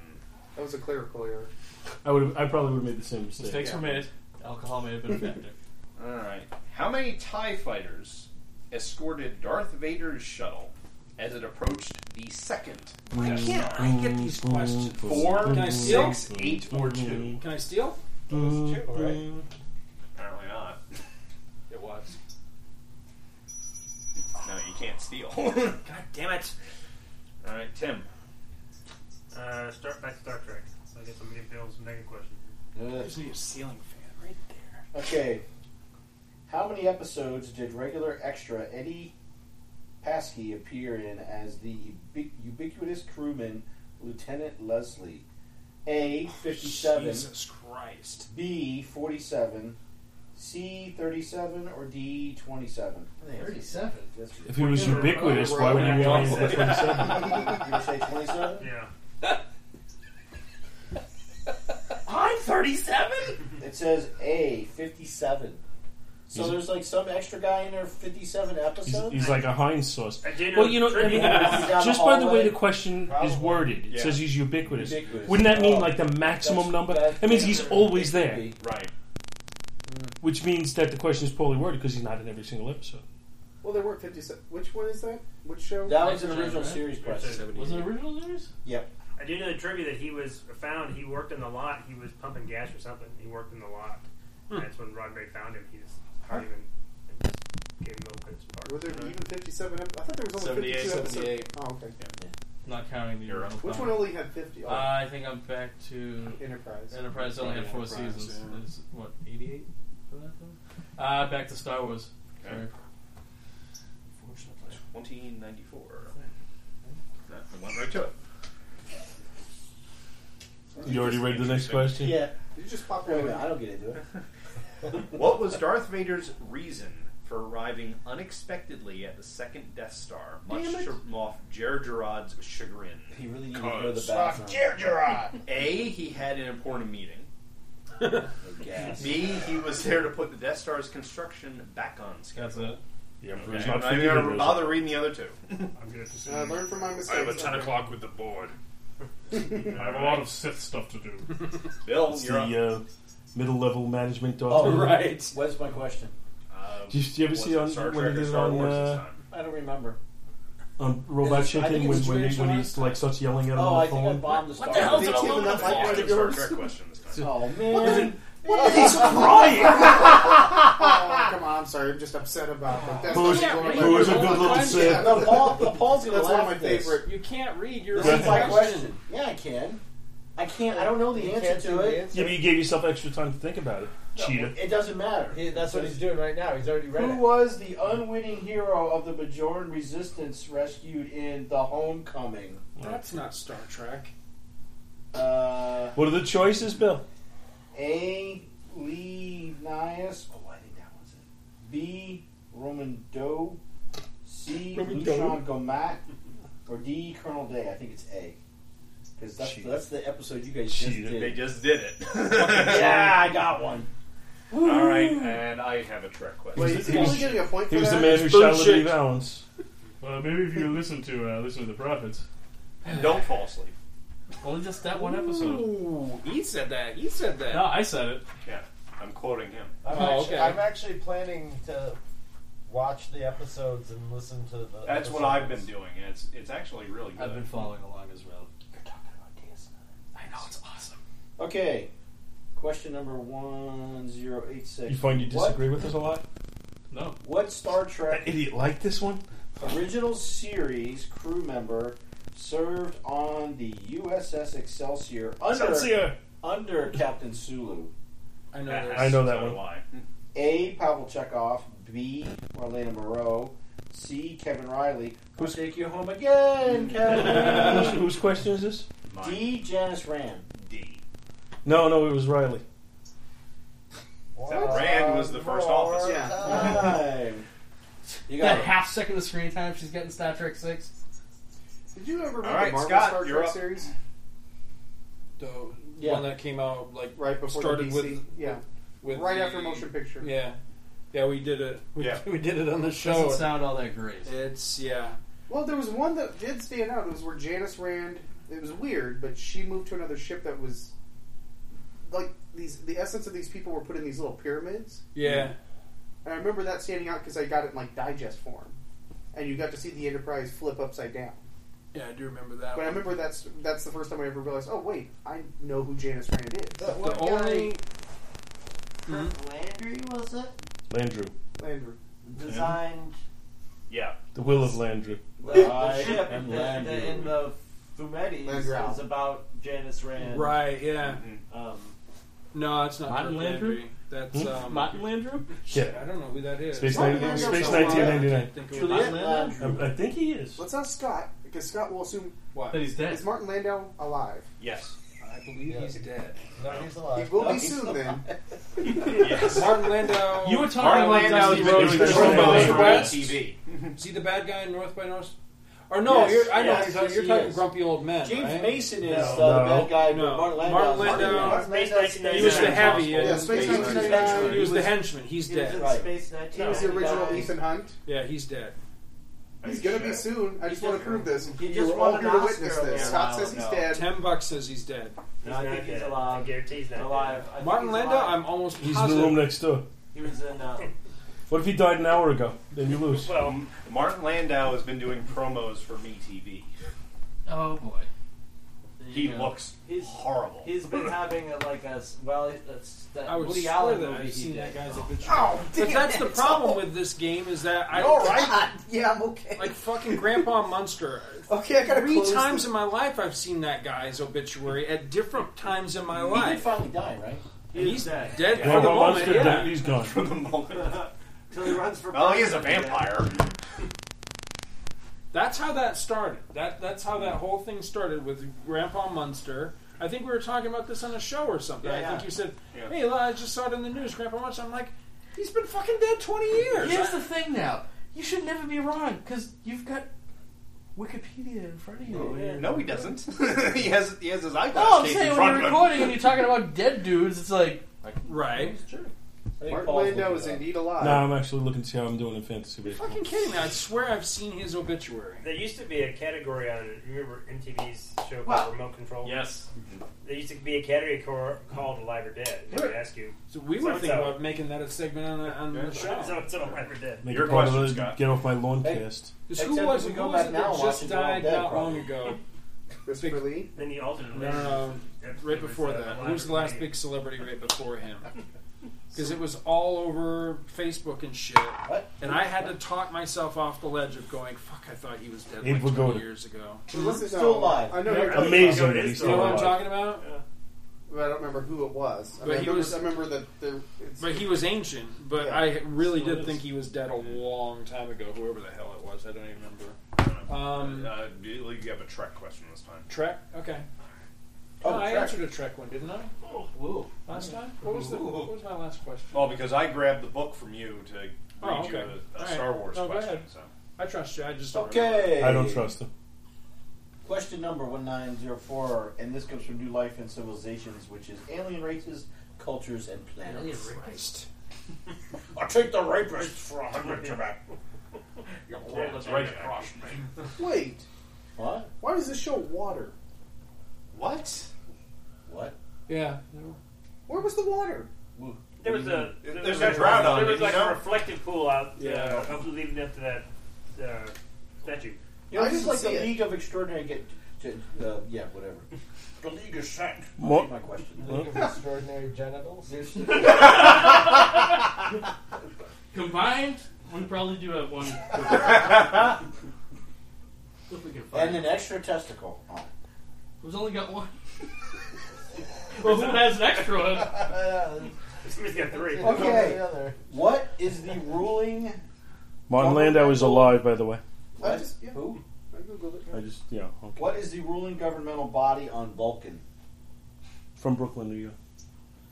That was a clerical error. I would. I probably would have made the same mistake. Mistakes were made. Alcohol may have been a factor. All right. How many TIE fighters escorted Darth Vader's shuttle as it approached the second Why test can't I get these Mm-hmm. questions? Four, Can I steal? six, eight, or two? Can I steal? Those two, right? Apparently not. It was. No, you can't steal. God damn it! All right, Tim. Uh, start back to Star Trek. So I guess I'm getting Bill's negative question. There's a ceiling fan right there. Uh, Okay. How many episodes did regular extra Eddie Paskey appear in as the ubi- ubiquitous crewman Lieutenant Leslie? A fifty-seven. Jesus Christ. B forty-seven. C thirty-seven or D twenty-seven. 37? If he was ubiquitous, why would we only say 27? you would say twenty-seven. Yeah. I'm 37? It says A, 57. So He's- there's like some extra guy in there, 57 episodes? He's like a Heinz sauce. I did Well, know you know, I mean, trivia. just by the way Hallway. the question is worded, it Yeah. says he's ubiquitous. Ubiquitous. Wouldn't that mean Oh, like the maximum that's- number? that's That means he's better. always there. Right. Mm. Which means that the question is poorly worded because he's not in every single episode. Well, there were 57. Which one is that? Which show? That was an original series question. Was it original series? Yep. I do know the trivia that he was found. He worked in the lot. He was pumping gas or something. He worked in the lot. And that's when Roddenberry found him. He just not even and just gave him a good spark. Were there even 57 episodes? I thought there was only 78, 52 78. episodes. Oh, okay. Not counting the Europe. Which one only had 50? Oh. Uh, I think I'm back to Enterprise. Enterprise only had four Enterprise, seasons. yeah. Is what 88 for that thing? Uh, back to Star Wars. Sorry. Unfortunately. 1994. I went right to it. You already read the next question? Yeah. Did you just pop Wait a right minute, in? I don't get into it. what was Darth Vader's reason for arriving unexpectedly at the second Death Star, much Damn it. to Moff Jar Jarod's chagrin? He really needed to to go to the Moff bathroom. Jar Jarod. A. He had an important meeting. gas. B. He was there to put the Death Star's construction back on schedule. That's it. Yeah, Emperor's I'm not not even feeding gonna him, is bother it? reading the other two. I'm gonna have to I learned from my I have a mistakes. 10 o'clock with the board. I have a lot of Sith stuff to do. Bill, It's you're the uh, middle level management Oh, doctor. right. What's my question? Did you, did you ever see on when he did it on uh, I don't remember. I on Um, Robot think Chicken it when was when he, Jason when he like starts yelling at him Oh, on I the think I phone? bombed the What star. the hell's an aluminum foil? Star Trek question this time. Oh, man. What? He's crying. oh, come on, I'm sorry. I'm just upset about that. That's Who's- not one of my- who's a good little Yeah, Sith? no, Paul- The Paul's gonna That's laugh one of my at this. favorite. You can't read your own This is my question. question. Yeah, I can. I can't. I don't know the answer to it. Yeah, but you gave yourself extra time to think about it. Cheetah. It doesn't matter. that's what he's doing right now. He's already read Who it. was the unwitting hero of the Bajoran resistance rescued in The Homecoming? That's not Star Trek. Uh, What are the choices, Bill? A. Lee Nias. Oh, I think that was it. B. Roman Doe. C. Roman Lucian Gomat. Or D. Colonel Day. I think it's A. Because that's, that's the episode you guys just Cheated. did. They just did it. yeah, I got one. All right, and I have a trick question. Wait, He's he was- only getting a point He was the man who shot Liberty Valance. Well, Uh, maybe if you listen to uh, listen to the prophets. Don't fall asleep. Only just that one episode. Ooh, he said that. He said that. No, I said it. Yeah, I'm quoting him. I'm, Oh, actually, okay. I'm actually planning to watch the episodes and listen to the. That's what episodes. I've been doing. and It's it's actually really good. I've been following along as well. I know, it's awesome. Okay. Question number 1086. You find you disagree with us a lot? No. What, what Star Trek Idiot, like this one? original series crew member served on the USS Excelsior under, Excelsior. under Captain Sulu? I know that. I know that one. So do I. A. Pavel Chekhov. B. Marlena Moreau. C. Kevin Riley. Who's take you home again, Whose, Kevin? whose question is this? D. Janice Rand. D. No, no, it was Riley. Except Rand was the first officer. You that got it. half second of screen time she's getting Star Trek Six. Did you ever All read the right, Marvel Scott, Star you're Trek up. series? The Yeah. one that came out like Right before the started DC. with yeah. with right the- after motion picture. Yeah, yeah, we did it. We, Yeah. we did it on the show. Oh. Doesn't sound all that great. It's yeah. Well, there was one that did stand out. It was where Janice Rand it was weird, but she moved to another ship that was like these. The essence of these people were put in these little pyramids. Yeah. And I remember that standing out because I got it in like digest form, and you got to see the Enterprise flip upside down. Yeah, I do remember that. But I one. remember that's that's the first time I ever realized. Oh wait, I know who Janice Rand is. The one only- Mm-hmm. Mhm. Landry was it? Landrew. Landry. Designed Yeah. The will of Landrew. the, the ship in the, Landrew. the, in the Fumetti Landral. is about Janice Rand. Right, yeah. Um, No, it's not Martin Martin Landry? Landry. That's Hmm? um, Martin Landry. Shit, I don't know who that is. Space, 90, Oh, Space 1999. I, I think he is. Let's ask Scott because Scott will assume what That he's dead. Is Martin Landau alive? Yes. I believe he's dead. No, he's alive. He will No, be he's soon alive. then. Martin Landau. You were talking Martin about Landau's Road Road to to Rome. Northwest. TV. Is he the bad guy in North by North? Or no, Yes, you're, I know. yes, you're, yes, you're he talking is. grumpy old men. James right? Mason is, uh, the No. bad guy, but No. Martin Landau- Martin Martin Landau- Landau- Space He was the 1999. heavy. Yeah, in Space Space 1999. 1999. He was the He was- henchman. He's he was dead. in Right. Space 1999. He was the original Ethan Hunt. Yeah, he's dead. He's gonna be soon. I just want to prove this. He You're all here to witness this. Scott says he's dead. Ten bucks says he's dead. No, I think he's alive. I guarantee he's not alive. I think Martin he's Landau, alive. I'm almost He's in positive. the room next door. He was in. Uh, What if he died an hour ago? Then you lose. Well, Martin Landau has been doing promos for MeTV. Oh boy. He looks he's horrible. He's been having a, like a s- well, it's that I would Woody swear Allen that movie I've he seen did. that guy's obituary. Oh, but damn that's the it. problem with this game is that I. You're all right. Yeah, I'm okay. Like fucking Grandpa Munster. okay, I gotta Three close times this. in my life I've seen that guy's obituary at different times in my He life. did finally die, right? He's, dead, for Grandpa the moment. Munster yeah. died. He's gone. From the moment. Till he runs for. Well, he is a president. vampire. That's how that started. That that's how that whole thing started with Grandpa Munster. I think we were talking about this on a show or something. Yeah, I yeah. think you said, Yeah. "Hey, I just saw it in the news, Grandpa Munster." I'm like, "He's been fucking dead 20 years." Here's I- the thing now. You should never be wrong because you've got Wikipedia in front of you. Oh, No, he doesn't. he has he has his eyeglass No, I'm case saying in when front you're of him. recording and you're talking about dead dudes, it's like right. Martin Landau is indeed alive. No, I'm actually looking to see how I'm doing in fantasy baseball. fucking kidding me. I swear I've seen his obituary. There used to be a category on you remember MTV's show called Well, Remote Control. yes. There used to be a category cor- called Alive or Dead. and They would ask you. So we were thinking about making that a segment on, the- on the show. So it's Alive or Dead. Make Your it part of question, the Scott. Get off my lawn cast. Because Except who if was, we who go was back it now that and just watch it, we're all died dead, not probably. long ago? Christopher Lee? Then the alternate. No, no, no. Um, Right before that. Who was the last big celebrity right before him? Because it was all over Facebook and shit. And I had to talk myself off the ledge of going, fuck, I thought he was dead Abe like 20 Vigoda. years ago. No, I know. who you're talking Amazing about. that he's You know Oh, still uh, what I'm alive. talking about? But I don't remember who it was. I, But mean, I he remember, was- I remember that there. It's, But he was ancient. But I really Still did is. think he was dead a long time ago, whoever the hell it was. I don't even remember. Um, uh, you have a Trek question this time. Trek? Okay. Oh, No, I Trek. answered a Trek one, didn't I? Last time? What was, the, what was my last question? Well, because I grabbed the book from you to read Oh, okay. you a, a All right. Star Wars No, go question. ahead. So. I trust you. I just don't Okay. I don't trust him. Question number 1904, and this comes from New Life and Civilizations, which is alien races, cultures, and planets. Alien rapists. I take the rapists for a hundred to that. Your world is right across me. Wait. What? Why does this show water? What? What? Yeah. Where was the water? There was a there There's was that a- drought on There it, was like you know? a reflective pool out. Yeah. Yeah, uh, leading up to that uh, statue. You know, I this is didn't like the see it. League of Extraordinary Get. To, uh, yeah, whatever. the League is sank. Mo- That's my question. League of Extraordinary genitals. combined, we probably do have one. if we can find and an extra testicle. Oh. Who's only got one? well, who has an extra one? Somebody's got three. Okay. What is the ruling? Martin Landau is alive, by the way. What? Who? I just, you know, okay. What is the ruling governmental body on Vulcan? From Brooklyn, New York.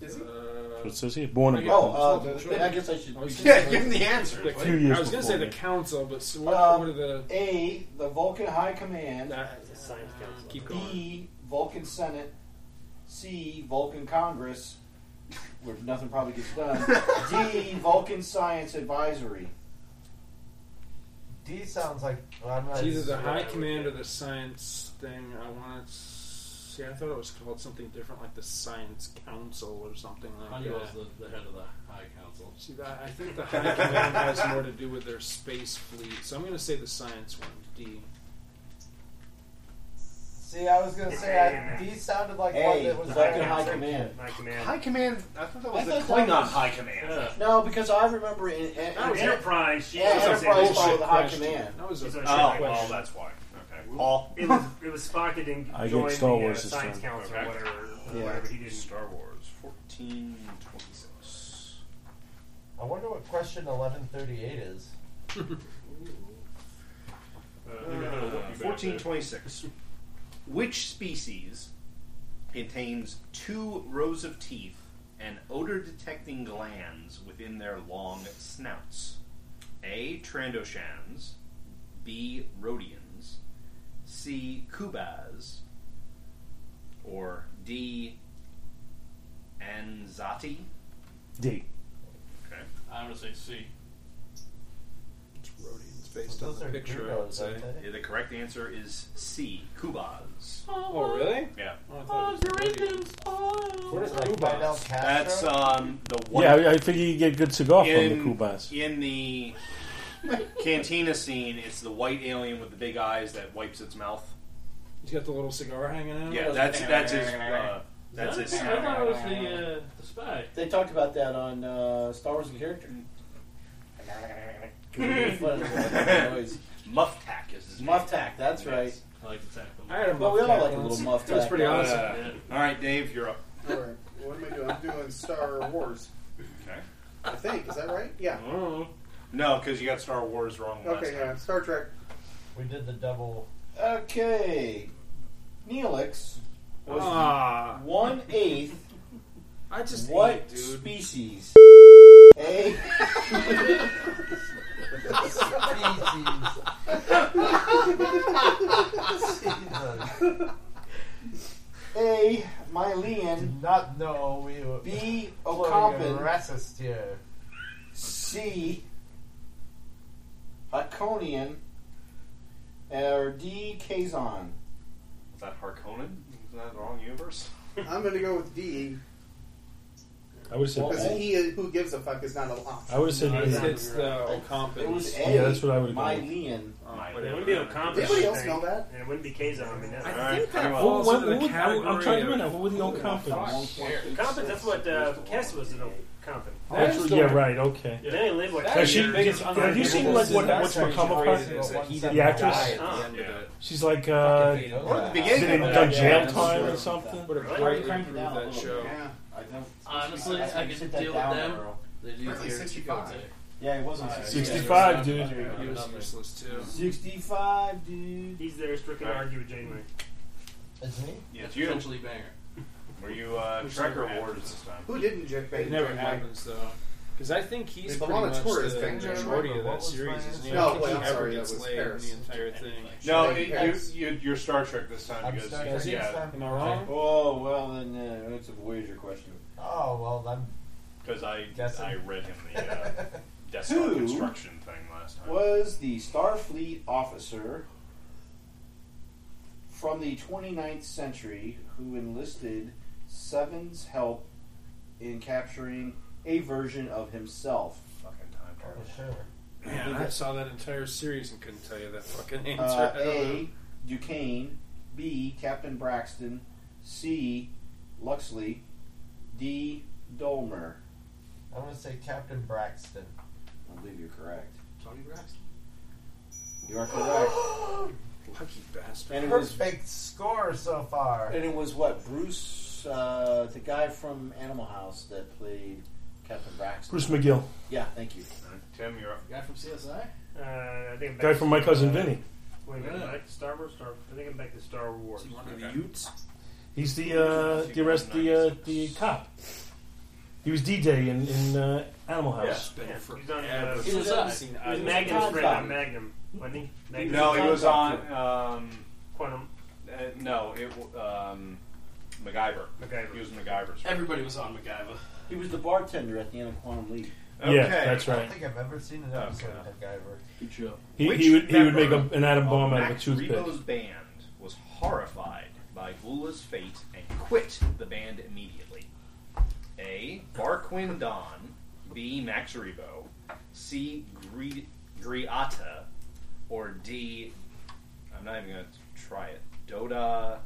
Is he? That's what it says here. Born in Oh, Brooklyn. uh, the- I guess I should. I was Yeah, gonna give say- him the answer. The- A few years I was going to before, say the yeah. council, but so what, Um, what are the A. The Vulcan High Command. keep B. Vulcan Senate. C. Vulcan Congress, where nothing probably gets done. D. Vulcan Science Advisory. D sounds like well, I'm not It's either the sure high I would command or the science thing. I want to see. I thought it was called something different, like the science council or something like Honeywell's that. the, the head of the High Council. See, that, I think the high command has more to do with their space fleet, so I'm going to say the science one, D. See, I was gonna say I, D sounded like one Hey, that was the like High a High Command. High command. High command. I thought that I was the thought that Klingon was- high command. No, because I remember in, in, That was in- Enterprise. Yeah, That was a Enterprise bullshit followed the High question. Command. That was a- It's Oh, shit well, question. that's why. Okay. Paul. It was, it was Spock that didn't I get join Star the Wars uh, this Science time. Council Okay. or whatever. or Yeah. whatever. He didn't. Star Wars fourteen twenty six. I wonder what question eleven thirty eight is. Fourteen twenty six. Which species contains two rows of teeth and odor detecting glands within their long snouts? A. Trandoshans. B. Rhodians. C. Kubas. Or D. Anzati. D. Okay. I'm gonna say C. It's Rhodians based on the picture, I would say. Yeah, the correct answer is C. Kubas. Oh, really? Yeah. Oh, What is like Fidel Castro? That's um the one. Yeah, I, I think you get good cigar from the Kubas. in the cantina scene, it's the white alien with the big eyes that wipes its mouth. He's got the little cigar hanging out. Yeah, that's that's his. Uh, that's his. I thought it was the, uh, the spy. They talked about that on uh, Star Wars: The Character. muff tack is his muff tack. That's right. I like the tack. I had a Well, we muff all tack like a once. little muff That's tack. pretty awesome. all right, Dave, you're up. All right. What am I doing? I'm doing Star Wars. Okay. I think. Is that right? Yeah. No, because you got Star Wars wrong. last Okay. Yeah. Star Trek. We did the double. Okay, Neelix was Ah. one eighth. I just what ate, dude. species? A. A. Mylean. Not no. We were B. We're Okampan. racist here. C. Iconian. Or D. Kazon. Is that Harkonnen? Is that the wrong universe? I'm going to go with D. I would have Because said he is, who gives a fuck is not a lot. I would've said No, it's- uh, A. It's the Okampa. It was Yeah, that's what I would've My done. Leon. It wouldn't be Okampa. Anybody else know that? And it wouldn't be Kazon. I mean, that's I think that Oh, falls Well, under what- the what would- category I'm trying to of- remember, what would no Compass? Compass, that's what uh, Kess was in Compton. Actually, yeah, right. Okay. They didn't live what Has she- have you seen like what, what's become of her? The actress. She's like uh, Or at the beginning sitting of it. done jail Yeah. time or something. Would have greatly improved that show. Honestly, I could deal with them. They do Apparently here 65. today. Yeah, he wasn't 65, dude. He was useless too. 65, dude. He's there stricken Right. argue with Janeway. Isn't he? Yeah, That's you. potentially banger. Were you uh, Who's Trekker never Wars happened. this time? Who didn't Jack Bates? It never happens though, because I think he's It's pretty Lana much Torres the thing. majority of What that was series. my Isn't he? answer? I don't No, think wait, he I'm ever sorry, gets that was laid Paris. in the entire thing. No, Like, it, you, you, you're Star Trek this time I'm because Star Trek yeah, this time. Am I wrong? Oh, well, then uh, it's a Voyager question. Oh well, I'm Because I Guessing. I read him the uh, desktop Who? construction thing last time. Was the Starfleet officer from the 29th century who enlisted Seven's help in capturing a version of himself? Fucking time sure. Man, I saw that entire series and couldn't tell you that fucking answer. Uh, I don't know. a. Duquesne. B. Captain Braxton. C. Luxley. D. Dolmer. I'm gonna say Captain Braxton. I believe you're correct. Tony Braxton. You are correct. Lucky bastard. And it was Perfect score so far. and it was what Bruce, uh, the guy from Animal House that played Captain Braxton. Bruce McGill. Yeah, thank you. Tim, you're up. Guy from CSI. Uh, I think I'm Guy back from to, My Cousin uh, Vinny. Wait a minute, Yeah. back to Star Wars. Star, I think I'm back to Star Wars. Utes. He's the uh, the arrest the uh, the cop. He was D-Day in, in uh, Animal House. Yeah, Been he's on uh, forever. he was, He uh, was he on- was he was Magnum's on friend on Tom. Magnum, wasn't he? Magnum. No, he was on. Um, Quantum. uh, no, it w- um, MacGyver. MacGyver. He was MacGyver's. friend. Everybody was on MacGyver. He was the bartender at the end of Quantum Leap. Yeah, that's right. I don't think I've ever seen an episode of MacGyver. Good show. He, Which he would he would member make a, an atom bomb out of a Mac toothpick. Rebo's band was horrified by Gula's fate and quit the band immediately. A. Barquin Don. B. Max Rebo. C. Gri- Griata. Or D. I'm not even going to try it. Doda.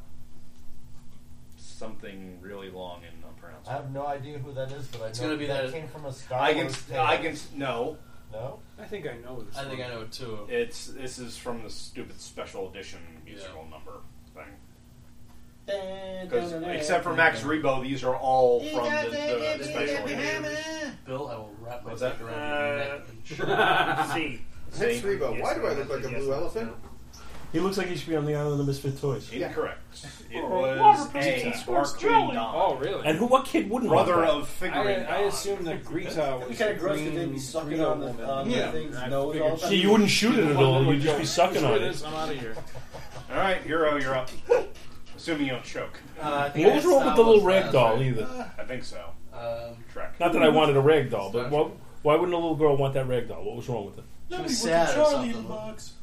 Something really long and I unpronounceable. have no idea who that is, but I It's know gonna be that that- came from a Star I can. Wars tale. I can. No. No. I think I know this. one. it too. It's this is from the stupid special edition musical number thing. 'Cause except for Max Rebo, these are all from the, the special edition. Bill, I will wrap my What's neck that? Uh, around your neck. Uh, See. Max Rebo. Why do I look like a blue elephant? He looks like he should be on the island of misfit toys. Incorrect. It Oh, was water a pizza. Spark Queen Dom. Oh, really? And who? What kid wouldn't? Brother want that? of I, I assume that Greta was kinda gross green, that they'd be sucking Greta on the- woman. on the thing's I nose figured all the Yeah, you wouldn't shoot it at all. You'd just be sucking Screw on this, it. I'm out of here. All right, Hero, you're up. Assuming you don't choke. Uh, I think What I was had wrong with the Star little Wars rag last doll, night. either? I think so. Um, Trek. Not that I wanted a rag doll, but why, why wouldn't a little girl want that rag doll? What was wrong with it? She was was sad sad or Charlie in something. the box.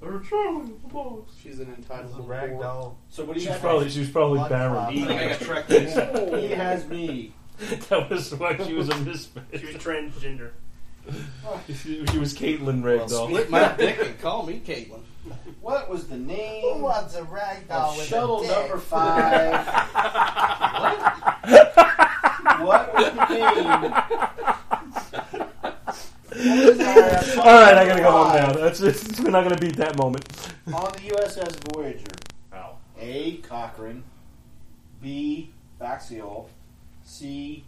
Or Charlie in the box. She's an entitled rag doll. So She was probably she was probably barren. he has me. that was why she was a misfit. She was transgender. She she was Caitlin rag Oh. doll. split my dick and call me Caitlin. What was the name? Who wants a rag doll of with shuttle a dick? number five? what was the name? All right, I gotta go home now. That's it's, we're not gonna beat that moment. on the USS Voyager. Oh. A. Cochrane. B. Baxial. C.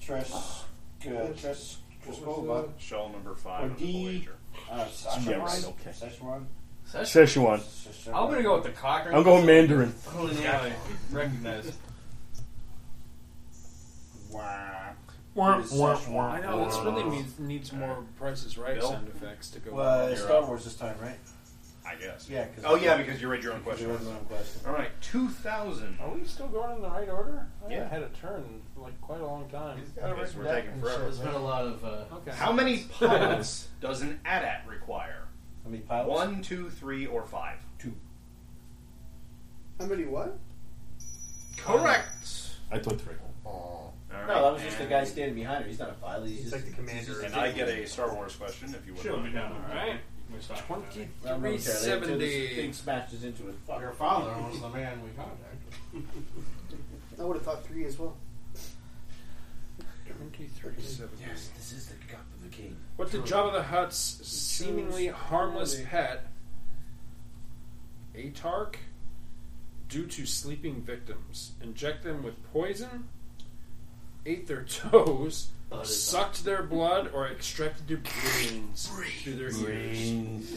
Tres- Tres- Treskova. Shell number Or five. on the D. Voyager. Uh, I'm Yes. right. Okay. Szechuan. Szechuan. I'm gonna go with the Cochrane. I'm going Mandarin. Oh, yeah, I recognize. it. Wow. I Is Szechuan. know this really needs, needs more prices right Bill? sound effects to go. Well, with it's it. Uh, Star Wars this time, right? I guess. Yeah, 'cause- oh yeah, because you read your own Because question. you read my own question. All right, two thousand. Are we still going in the right order? I Yeah. had a turn in, like quite a long time. Okay, so we're taking forever. There's been a lot of. Uh, Okay. How many pilots does an AT-AT require? How many pilots? One, two, three, or five? Two. How many what? Correct. I thought three. All right. No, that was just the and- guy standing behind her. He's not a pilot. He's, just the commander. And I get a Star Wars question if you would Sure. let me know. All right. Twenty. Well, momentarily, until this 370. thing smashes into it. Fuck. Your father was the man we contacted. I would have thought three as well. Twenty-three seventy. Yes, this is the cup of the king. What did Jabba the Hutt's seemingly harmless pet, Atark, do to sleeping victims? Inject them with poison, ate their toes, sucked their blood, or extracted their brains through their ears?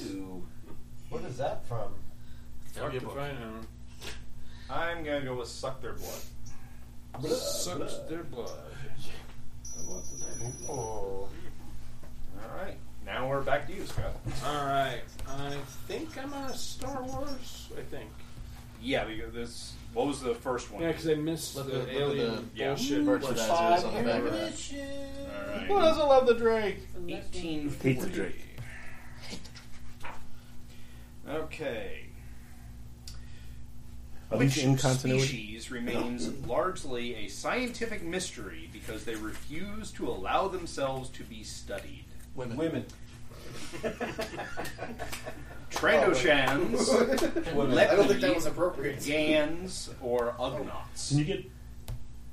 What is that from? Fuck if I know. I'm gonna go with suck their blood. Sucked their blood. Oh. All right. Now we're back to you, Scott. All right. I think I'm on Star Wars. I think. Yeah, because this. What was the first one? Yeah, because I missed Look the at the- look at alien the yeah. bullshit. merchandisers Five on the years. background. All right. Who doesn't love the Drake? Eighteen. Hate the Drake. Okay. At least Which in continuity. species remains largely a scientific mystery because they refuse to allow themselves to be studied? Women. Women. Trandoshans, Women. I don't think that was Leptides, appropriate. Gans, or Ugnaughts. Can you get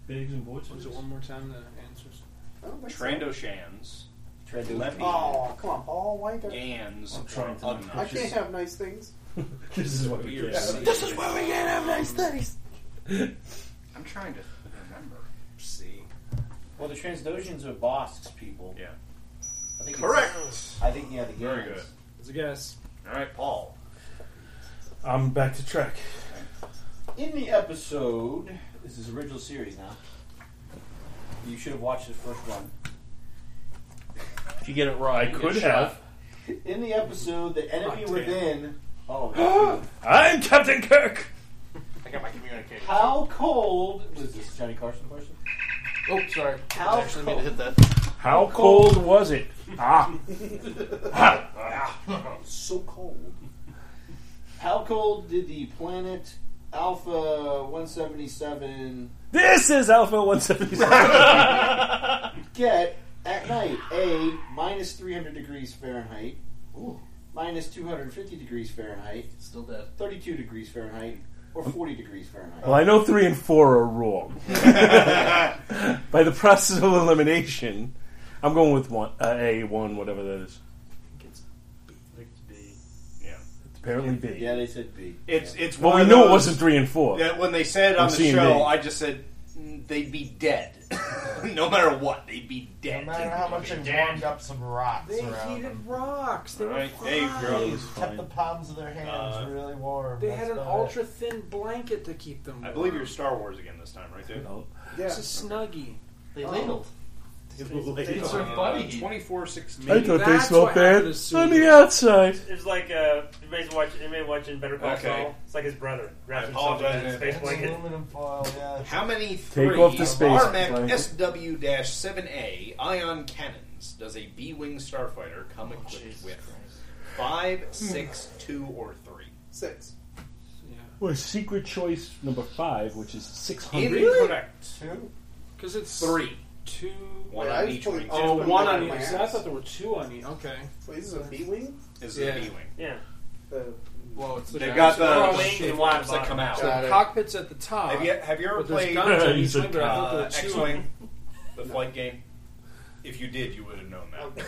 bags and boards? Was it one more time the answers? Trandoshans, Leptides, Oh, come on, Paul. Why don't Gans, I'm or trying to not I Ugnaughts. can't have nice things. This is what we Weird. get. This is where we can't have nice things. I'm trying to remember. See. Well, the Transdotians are Bosks people. Yeah. I think it's- Correct. I think yeah, the game. Very good. It's a guess. All right, Paul. I'm back to track. In the episode, this is original series now. You should have watched the first one. If you get it wrong, I you could get have. In the episode, the enemy damn. within. Oh, I'm Captain Kirk. I got my communication. How cold was this? Johnny Carson question. Oh, sorry. How I actually meant cold- to hit that. How cold was it? Ah. so cold. How cold did the planet Alpha 177 This is Alpha 177. get at night? A, minus 300 degrees Fahrenheit. Minus 250 degrees Fahrenheit. Still dead. 32 degrees Fahrenheit. Or 40 degrees Fahrenheit. well, I know three and four are wrong. By the process of elimination, I'm going with one uh, A one, whatever that is. Yeah. Apparently B. Yeah, they said B. It's it's Well, one we of knew it those- wasn't three and four. Yeah, when they said on I'm the seeing show, B. I just said "Mm, they'd be dead. no matter what, they'd be dead. No matter how much they warmed up some rocks They around heated them. rocks. They Alright, were there you fine. go. It was Kept the palms of their hands Uh, really warm. They That's had an about ultra thin blanket to keep them. I believe warm. you're Star Wars again this time, right, dude? It's a snuggie. They ladled. It's her buddy. Twenty-four sixteen. I thought they That's smelled what happened bad to Sue. on the outside. It's like uh, anybody's watching, anybody watching Better Call Okay. Saul. It's like his brother I wrapped himself apologize in a in space advance. blanket. Aluminum foil, yeah. How many three Take off the space RMAC blanket. SW-7A ion cannons does a B-wing starfighter come equipped with? Five, six, two, or three? Six. Well, secret choice number five, which is six hundred. Incorrect. Two. Because it's Three. Two. One on each wing. Oh, Two. one on Two. each. Two. I thought there were two on each. Okay. Wait, this is a B wing? Is yeah. it a B-wing? Yeah. Well, it's They got the- Well, the wings shaped and ones bottom. that come out. So Got the it. cockpits at the top. Have you, have you ever but there's played guns on each uh, wing, but I thought there were two on- X-Wing, the flight game? If you did, you would have known that. Well,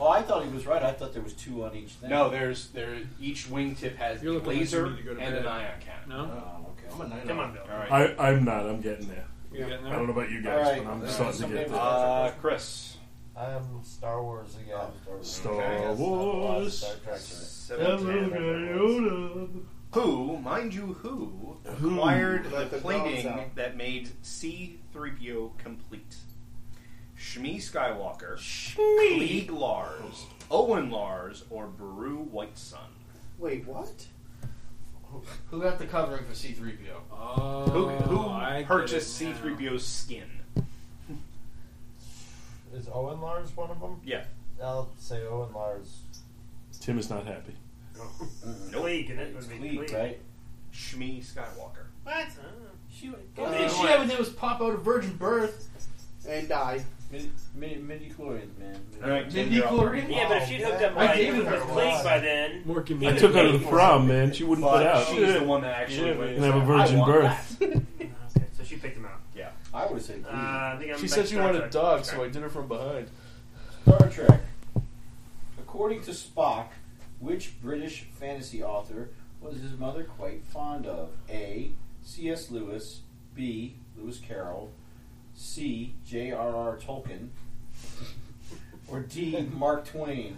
Oh, I thought he was right. I thought there was two on each thing. No, there's there. Each wingtip has a looking like laser you need to go and to an bed. ion cannon. No. Oh, okay. I'm a night Come owl. on, Bill. All I, right. I'm not. I'm getting there. You're getting there? I don't know about you guys, All right. but I'm Uh, starting to someday get we'll there. Uh, Chris. I am Star Wars again. Star Okay. Wars. Star Trek. Who, mind you, who Who? acquired Let the the dogs plating out. that made C-3PO complete? Shmi Skywalker, Klieg Lars, Owen Lars, or Brew Whitesun? Wait, what? Who got the covering for C3PO? Oh, who who purchased C-3PO's skin? Is Owen Lars one of them? Yeah. I'll say Owen Lars. Tim is not happy. Nope. Klieg, and it would be Klieg. right? Shmi Skywalker. What? She would The only thing she ever did was pop out of virgin birth. And die. Midi, midi, midi chlorians, man. All right, Tim, Mindy you're up. Chlorine? Yeah, but if she'd hooked up I like gave with her a Klieg lot. by then, More I convenient. took her to the prom, man. She wouldn't put But out. she's the one that actually went. And have a I virgin want birth. Okay, so she picked him out. Yeah. I would say Uh, I think I'm She back said she to wanted a Trek. dog, so I did her from behind. Star Trek. According to Spock, which British fantasy author was his mother quite fond of? A. C.S. Lewis. B. Lewis Carroll. C. J.R.R. Tolkien. Or D. Mark Twain.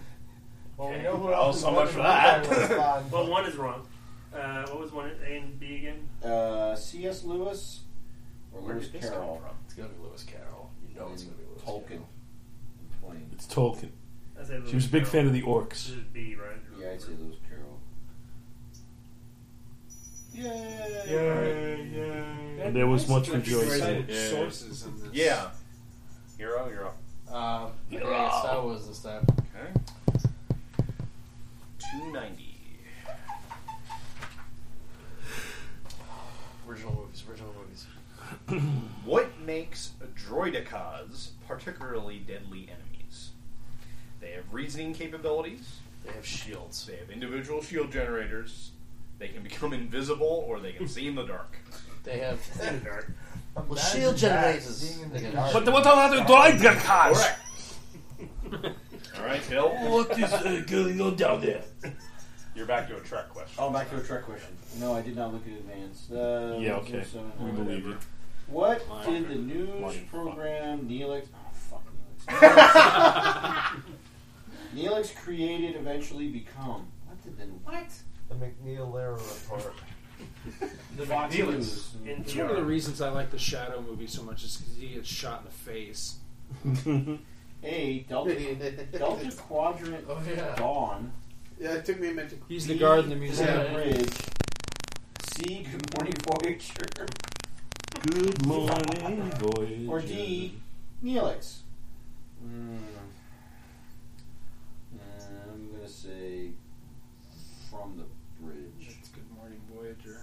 Well, we Okay. know who Well, else. is so much one for of them that. was fine. Well, one is wrong. Uh, what was one? A and B again? Uh, C.S. Lewis or Where Lewis did this come Carroll? from? It's gonna be Lewis Carroll. You know it's gonna be Lewis Tolkien. Carroll. Twain. It's Tolkien. I said She was a big fan of the orcs. This is B, right? Yeah, I'd say Lewis Carroll. Yay! And there was much rejoicing. Sources in this. Yeah. Hero, you're up. Um, I got Star Wars this time. Okay. 290. Original movies, original movies. What makes droidicas particularly deadly enemies? They have reasoning capabilities. They have shields. They have individual shield generators. They can become invisible or they can see in the dark. They have. Dark. Well, Imagine shield that, generators. being in the They got dark. shields. what are the droidicas? Correct. All right, Bill. is uh, going on down there? You're back to a Trek question. Oh, back to a trick question. No, I did not look at advance. Uh, Yeah, okay. 07, We whatever. believe you. What Lion. did the news Lion. program Neelix? Oh, fuck Neelix. Neelix created eventually become. What did the what? The McNeil Lehrer report. The Fox Neelix. News. In It's the one of the dark. reasons I like the Shadow movie so much is because he gets shot in the face. A Delta Delta Quadrant Oh, yeah. Dawn. Yeah, it took me a minute to. He's B, the guard in the Grand museum. Bridge. C Good Morning Voyager. Good morning, boys. Or D Neelix. I'm gonna say from the bridge. It's Good Morning Voyager.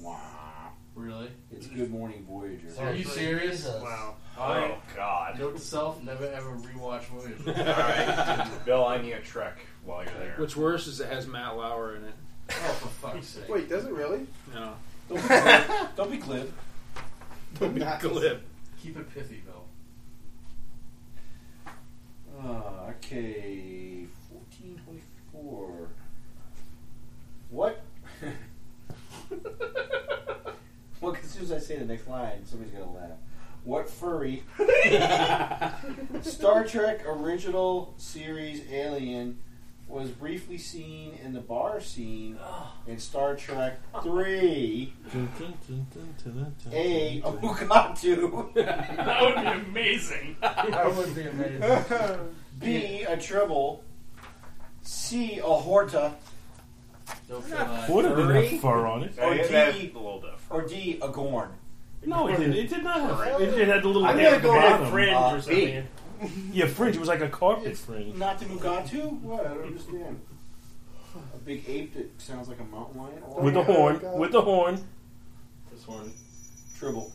Wow. Really? It's Good Morning Voyager. Are you serious? Wow. Oh, Alright. God. Note to self: never ever rewatch movies. All right, Bill, I need a trek while you're there. What's worse is it has Matt Lauer in it. Oh, for fuck's sake. Wait, does it really? No. Don't be glib. Don't be glib. Don't be Not- glib. Keep it pithy, Bill. Ah, okay, fourteen twenty-four. What? well, 'cause as soon as I say the next line, somebody's gonna laugh. What furry? Star Trek original series Alien was briefly seen in the bar scene in Star Trek Three. A Amukatu. That would be amazing. That would be amazing. B a treble. C a horta. Horta didn't have fur on it. Or Yeah, that- D, or D a gorn. No, it didn't. It did not have. Furry. It, it had the little. I'm hair gonna at the go with bottom. fringe or Uh, something. yeah, fringe. It was like a carpet fringe. Not the Mugatu? What? I don't understand. A big ape that sounds like a mountain lion? Oh With the my horn. God. With the horn. This horn. Tribble.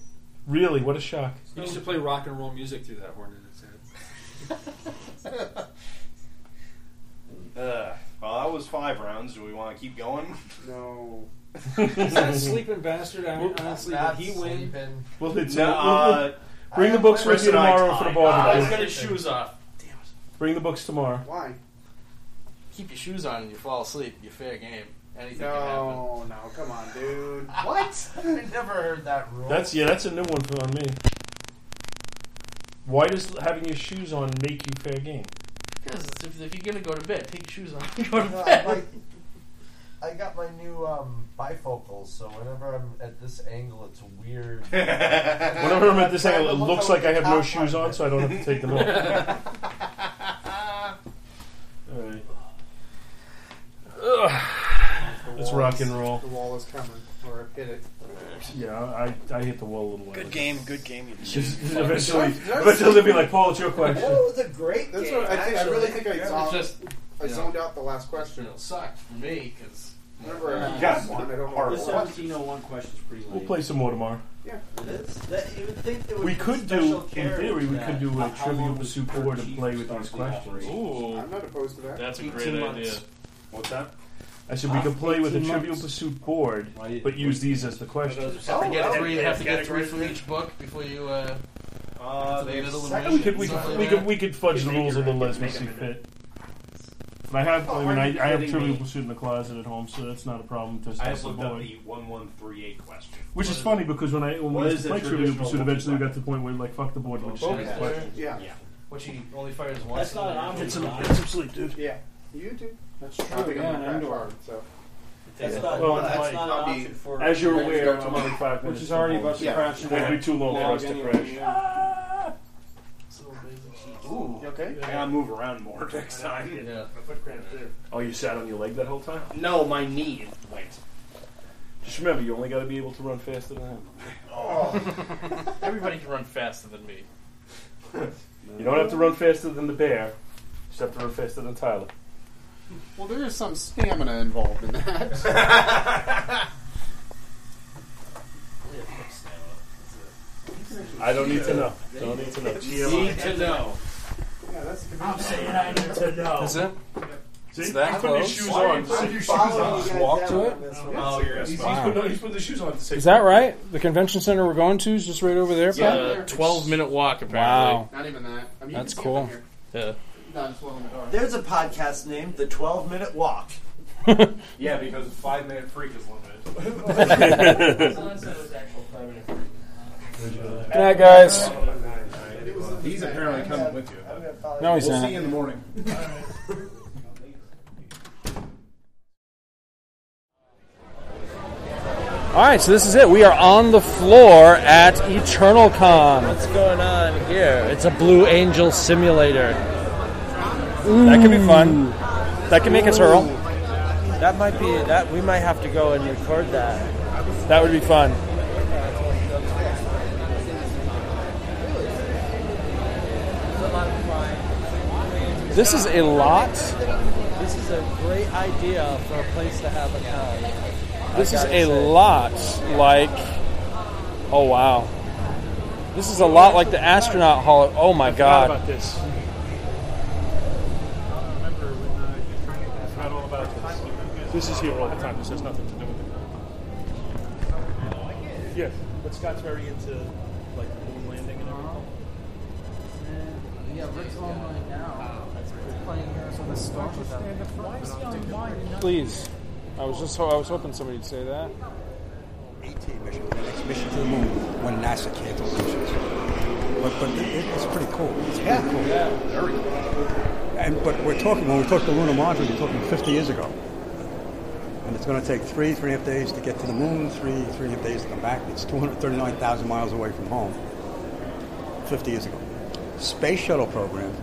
Really, what a shock. He used to play rock and roll music through that horn in his head. Uh, well, that was five rounds. Do we want to keep going? No. Is that sleeping bastard? I mean, honestly, did he win? Well, it's No, we'll- we'll- uh, bring the books with you Chris and I tomorrow for the tied. ball. Ah, game. he's got his shoes off. Bring the books tomorrow. Why? Keep your shoes on and you fall asleep. You're fair game. Anything No, no, come on, dude. What? I never heard that rule. That's yeah. That's a new one for on me. Why does having your shoes on make you fair game? Because if, if you're gonna go to bed, take your shoes off and go to No, bed. my- I got my new um, bifocals, so whenever I'm at this angle, it's weird. Whenever I'm at this angle, it Look looks how like I have no top shoes part on, is. so I don't have to take them off. All right. It's rock and roll. The wall is coming, or hit it. Yeah, I, I hit the wall a little. Good early. game, good game, you Just- cheated. eventually, That's- that's- eventually they'll be like, Paul, it's your question. That was a great That's what I, think, I really think I zoned, I zoned out the last question. It sucked for me because Remember, I Got one. I don't know. The 1701 question's pretty late. We'll play some more tomorrow. Yeah. you would think there would We be could special do, in care theory, to we that. could do How- a how Trivial long Pursuit does four to Kerchief play with start these to questions. operate? Ooh. I'm not opposed to that. That's a 18 great months. idea. What's that? I said we could play with a 18 Trivial months. Pursuit board, but use these as the questions. have to get that- three. You have to get three categories from each book before you. Uh, Uh, get to the middle and We read could it we and stuff could, like we could that. we could fudge the rules a little as we see fit. But I have I mean I, I have Trivial Pursuit in the closet at home, so that's not a problem. Just I have have the looked up board. the 1138 question. Which is funny because when I when What we is the played Trivial traditional Pursuit, Pokemon? eventually we got to the point where we like fuck the board. and We just Okay. had the questions. Yeah. Which he only fires once. That's not an option. It's an- it's obsolete, dude. Yeah. You do. That's true, I think yeah, I'm an gonna indoor. crash hard, so. That's Yeah. not- Well, that's that's not not an an option option for- for- As you're Ready to go aware, I'm tomorrow. only five Which minutes. is already about to Yeah. crash It'd into be too long for log us to anyway, crash. Ooh. okay? I gotta move around more next time. Yeah. Oh, you sat on your leg that whole time? No, my knee went. Just remember, you only got to be able to run faster than him. Everybody can run faster than me. You don't have to run faster than the bear. You just have to run faster than Tyler. Well, there is some stamina involved in that. I don't need to know. Don't need to know. Need to know. Yeah, that's the I'm saying I need to Oh. know. Is it? See, It's that he's putting his close? shoes Why on. are you following He's putting his you shoes guys on. Walk to He's- it? he's- Oh, He's, Wow. put, no, he's putting his shoes on. to say- Is that right? The convention center we're going to is just right over there. It's a 12 minute walk, apparently. Wow. Not even that. I That's mean, you can see cool. it Yeah. from here. No, it's well in the dark. There's a podcast named The 12 Minute Walk. Yeah, because five minute freak is limited. Good night, guys. He's apparently coming with you. No, he's we'll not. see you in the morning. All right, so this is it. We are on the floor at EternalCon. What's going on here? It's a Blue Angel simulator. That could be fun. That could make us hurl. That might be that. We might have to go and record that. That would be fun. a lot of flying. This is a lot. This is a great idea for a place to have a con. This I is gotta a say. lot like. Oh wow. This is a lot like the astronaut hall. Oh my forgot god. about this. Forgot all about this. This is here all the time. This has nothing to do with it. Yeah, but Scott's very into like the moon landing and everything. Uh, Yeah, Rick's online now. Playing Heroes of the Storm with them. Please. I was just ho- I was hoping somebody would say that. 18 mission, the next mission to the moon when NASA canceled missions. But, but it, it- it's pretty cool. It's pretty cool. Yeah, very cool. And, but we're talking, when we talk to lunar module, we're talking 50 years ago. And it's going to take three, three and a half days to get to the moon, three, three and a half days to come back. It's 239,000 miles away from home, 50 years ago. Space shuttle program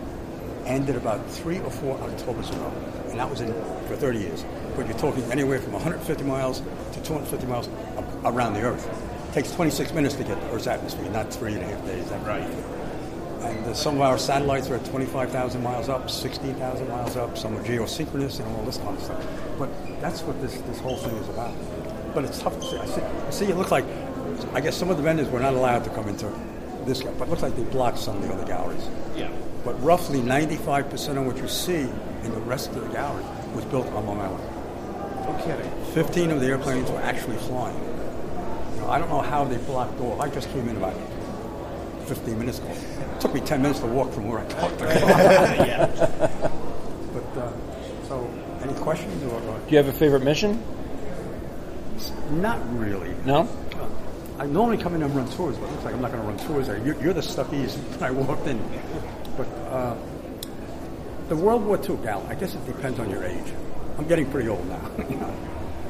ended about three or four Octobers ago, and that was in for 30 years. But you're talking anywhere from 150 miles to 250 miles a- around the Earth. takes 26 minutes to get to Earth's atmosphere, not three and a half days. Right. And uh, some of our satellites are at 25,000 miles up, 16,000 miles up. Some are geosynchronous and all this kind of stuff. But that's what this, this whole thing is about. But it's tough to see. I see, I see it looks like, I guess some of the vendors were not allowed to come into this, gal- but it looks like they blocked some of the other galleries. Yeah. But roughly 95% of what you see in the rest of the gallery was built on Long Island. No kidding. 15 of the airplanes were actually flying. Now, I don't know how they blocked all. I just came in about 15 minutes ago. It took me 10 minutes to walk from where I parked. the car. But, uh, so, any questions? Or, or- Do you have a favorite mission? Not really. No? I normally come in and run tours, but it looks like I'm not going to run tours. there. You're, you're the stuckies when I walked in. But uh, the World War II gal, I guess it depends on your age. I'm getting pretty old now. you know.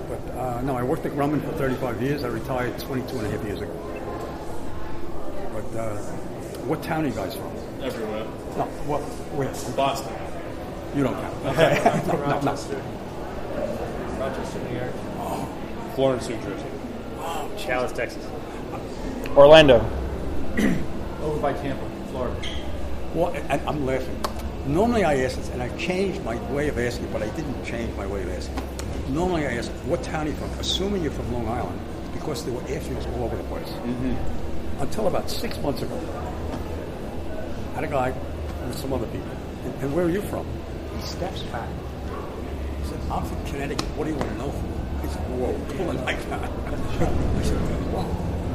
But uh, no, I worked at Grumman for 35 years. I retired 22 and a half years ago. But uh, what town are you guys from? Everywhere. No, what? Where? Boston. You don't count. Okay. no, no, no. Rochester, New York. Florence, New Jersey. Chalice, Texas. Orlando. Over by Tampa, Florida. Well, and I'm laughing. Normally I ask this, and I changed my way of asking, but I didn't change my way of asking. Normally I ask, what town are you from? Assuming you're from Long Island, because there were airfields all over the place. Until about six months ago, I had a guy with some other people. And, and where are you from? He steps back. He said, I'm from Connecticut. What do you want to know from? I said, whoa, pull a knife out. I said, whoa.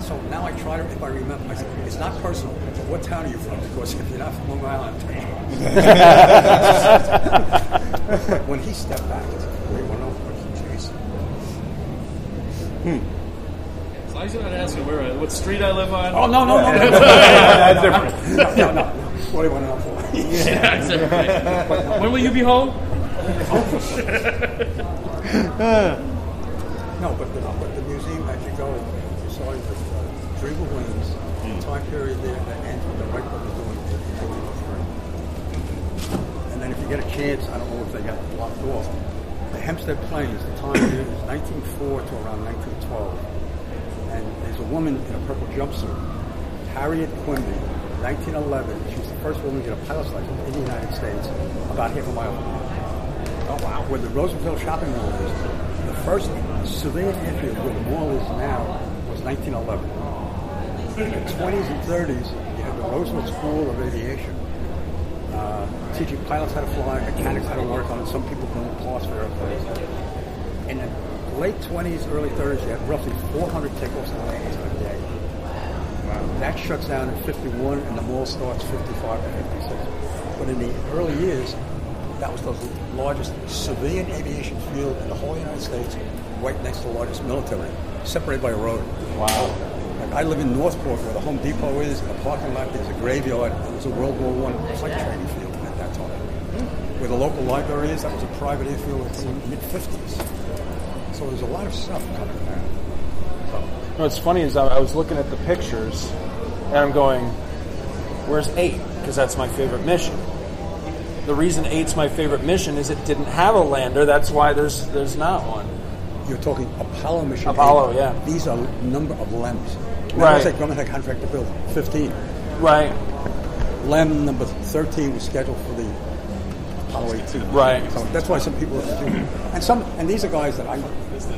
So now I try to, if I remember, I said, it's not personal. But what town are you from? Because if you're not from Long Island, I'm telling you. When he stepped back, I said, wait, what else? Jeez. As long as you're not asking where, I, what street I live on. Oh, no, no, no. no. That's different. No, no. What do you want to know for? Yeah, exactly. When will you be home? No, but the, but the museum, as you go, you saw it with uh, Dreamer Williams, the time period there that ends with the Wright brothers doing it in 1903. And then if you get a chance, I don't know if they got blocked off, the Hempstead Plains, the time period is 1904 to around 1912. And there's a woman in a purple jumpsuit, Harriet Quimby, 1911. She's the first woman to get a pilot's license in the United States, about half a mile from here. Oh wow! Where the Roosevelt Shopping Mall is, the first civilian airfield where the mall is now was 1911. In the 20s and 30s, you had the Roosevelt School of Aviation, uh, teaching pilots how to fly, mechanics how to work on it. Some people don't pause for airplanes. In the late 20s, early 30s, you had roughly 400 takeoffs and landings in a day. That shuts down at 51, and the mall starts 55 and 56. But in the early years, that was the largest civilian aviation field in the whole United States, right next to the largest military, separated by a road. Wow. Like I live in Northport, where the Home Depot is, in a parking lot, there's a graveyard. It was a World War One flight training field at that time. Where the local library is, that was a private airfield until the mid 50s. So there's a lot of stuff coming there. No, what's funny is I, I was looking at the pictures and I'm going, where's eight? Because that's my favorite mission. The reason eight's my favorite mission is it didn't have a lander. That's why there's there's not one. You're talking Apollo mission. Apollo, eight. yeah. These are number of LEMs. Right. Right. Like Grumman had a contract to build 15. Right. LEM number 13 was scheduled for the all the way to. Right. So that's why some people have to do. And some, and these are guys that I,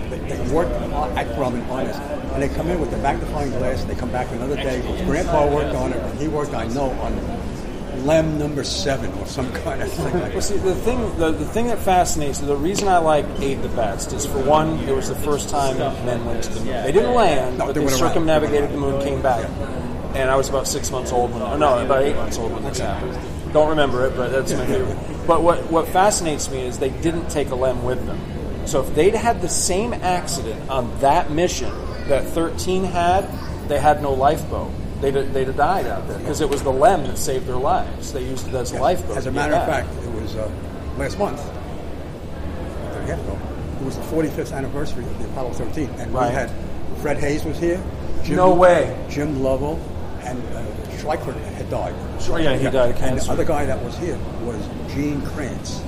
they, they work at Grumman on this, and they come in with the magnifying glass. They come back another day. Grandpa worked on it. and He worked, I know, on Lem number seven or some kind of thing. Like Well, see, the thing, the, the thing that fascinates, the reason I like eight the best is for one, it was the first time men went to the moon. They didn't land, No, but they they went around. circumnavigated the moon, came back, and I was about six months old when, or no, about eight months old when this happened. Don't remember it, but that's my favorite. But what what fascinates me is they didn't take a lem with them. So if they'd had the same accident on that mission that 13 had, they had no lifeboat. They'd, they'd have died out there because it was the lem that saved their lives. They used it as a lifeboat. As a to get matter of back. fact, it was uh, last month, a year ago, it was the 45th anniversary of the Apollo 13, and Right. we had Fred Hayes was here. No way. Jim Lovell and uh, Schleicher had died. Sure, yeah, he died of And cancer. the other guy that was here was Gene Kranz.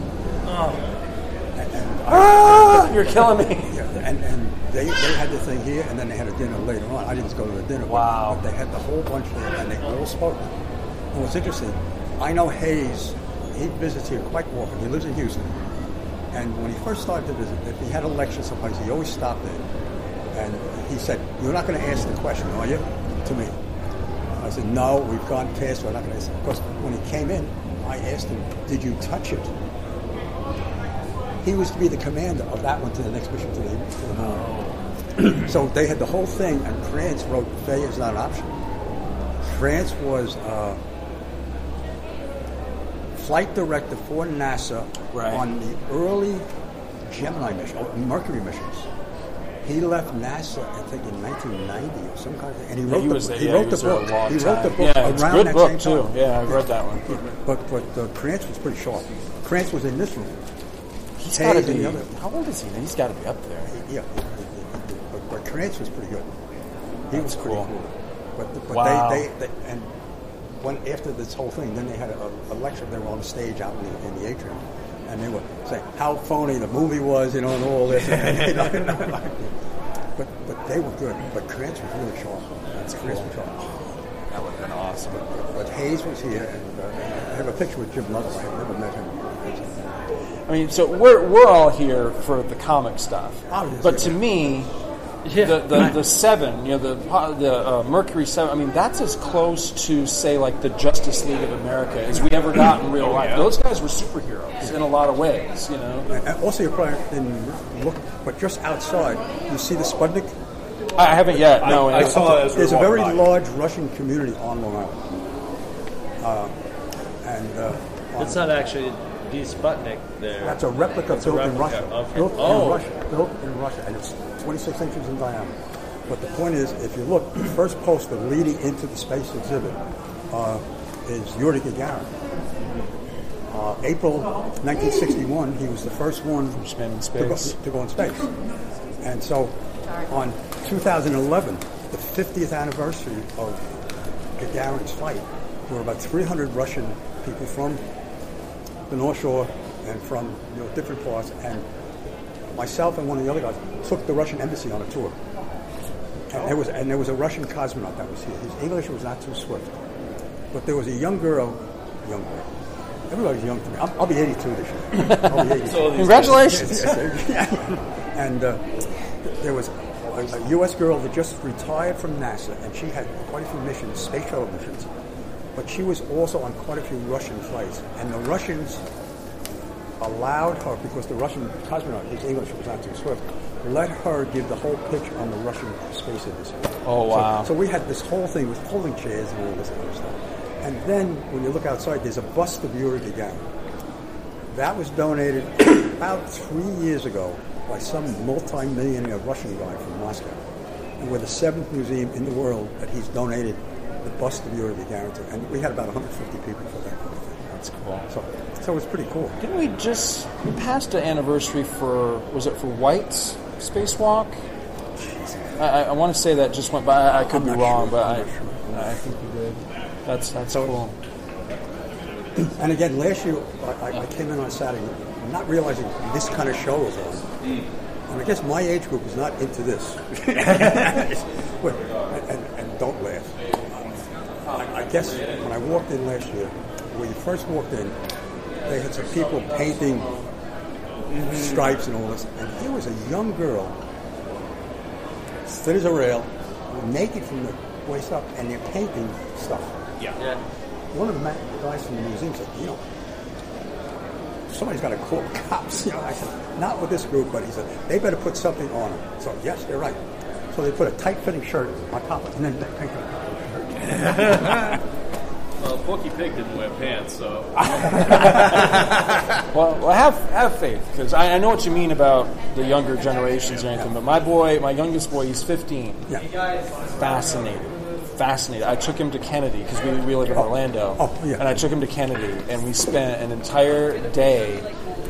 Ah, you're killing me. Yeah, and, and they, they had the thing here, and then they had a dinner later on. I didn't go to the dinner. Wow. But they had the whole bunch there, and they all spoke. And what's interesting, I know Hayes, he visits here quite often. He lives in Houston. And when he first started to visit, if he had a lecture someplace, he always stopped there. And he said, You're not going to ask the question, are you? To me. I said, No, we've gone past, we're not going to ask. Of course, when he came in, I asked him, Did you touch it? He was to be the commander of that one to the next mission to the, to the moon. so they had the whole thing, and France wrote, failure is not an option. France was uh, flight director for NASA on the early Gemini mission, or Mercury missions. He left NASA, I think, in 1990 or some kind of thing, and he Yeah, wrote he the, was there- he yeah, wrote he the was there a book. long he wrote the time. book Yeah, it's a around good that book, same too. time. Yeah, I've read that one. But but uh, Krantz was pretty sharp. Krantz was in this room. He's gotta Hayes in be- the other. How old is he? now? He's got to be up there. Yeah, but, but Krantz was pretty good. He was pretty cool. But, but Wow. they, they, they and when after this whole thing, then they had a, a lecture. They were on stage out in the, in the atrium, and they were saying how phony the movie was, you know, and all this. you know, and I'm like, but but they were good. But Krantz was really sharp. That's Krantz was sharp. That would have been awesome. But, but Hayes was here, and uh, I have a picture with Jim Lovell. I have never met him. I mean, so we're, we're all here for the comic stuff. But to me, the, the, the seven, you know, the po- the uh, Mercury seven. I mean, that's as close to say like the Justice League of America as we ever got in real Oh, life. yeah. Those guys were superheroes in a lot of ways, you know. And Uh, also, you probably didn't look, but just outside, you see the Sputnik. I haven't yet, no, I- I saw it as we There's a walked very by. large Russian community on Long Island, uh, and uh, That's not actually the Sputnik there. that's a replica It's a built in replica. Russia. Okay. Built oh. in Russia. Built in Russia, and it's 26 inches in diameter. But the point is, if you look, the first poster leading into the space exhibit uh, is Yuri Gagarin. Uh, April 1961, he was the first one to, go, space. to go in space. And so on 2011, the 50th anniversary of Gagarin's flight, there were about 300 Russian people from the North Shore and from you know, different parts. And myself and one of the other guys took the Russian embassy on a tour. And there was and there was a Russian cosmonaut that was here. His English was not too swift, but there was a young girl, young girl. Everybody's young to me. I'm, I'll be 82 this year. I'll be 82. So these- Congratulations. Yes, yes, and uh, there was a, a U.S. girl that just retired from NASA, and she had quite a few missions, space shuttle missions. But she was also on quite a few Russian flights, and the Russians allowed her, because the Russian cosmonaut, his English was not too swift, let her give the whole pitch on the Russian space industry. Oh, So- wow. So, we had this whole thing with folding chairs and all this kind of stuff. And then when you look outside, there's a bust of Yuri Gagarin. That was donated about three years ago by some multi-millionaire Russian guy from Moscow. And we're the seventh museum in the world that he's donated the bust of Yuri Gagarin to. And we had about 150 people for that. That's cool. So, so it's pretty cool. Didn't we just we passed an anniversary for was it for White's spacewalk? I, I, I want to say that just went by. I, I could be wrong, but I, I think we did. That's that's cool. And again, last year I, I, I came in on Saturday, not realizing this kind of show was on. Hmm. And I guess my age group is not into this. Well, and, and don't laugh. I, I guess when I walked in last year, when you first walked in, They had some people painting Mm-hmm. stripes and all this. And here was a young girl, thin as a rail, naked from the waist up, and they're painting stuff. Yeah. One of the ma- guys from the museum said, you know, somebody's got to call the cops. You know, I said, not with this group, but he said, they better put something on them. So, yes, you're right. So they put a tight-fitting shirt on top of it, and then they painted it. Well, Porky Pig didn't wear pants, so. well, well, have have faith because I, I know what you mean about the younger generations or anything. But my boy, my youngest boy, he's 15. Yeah. Fascinated, fascinated. I took him to Kennedy because we, we live in Orlando. Oh, yeah. And I took him to Kennedy, and we spent an entire day.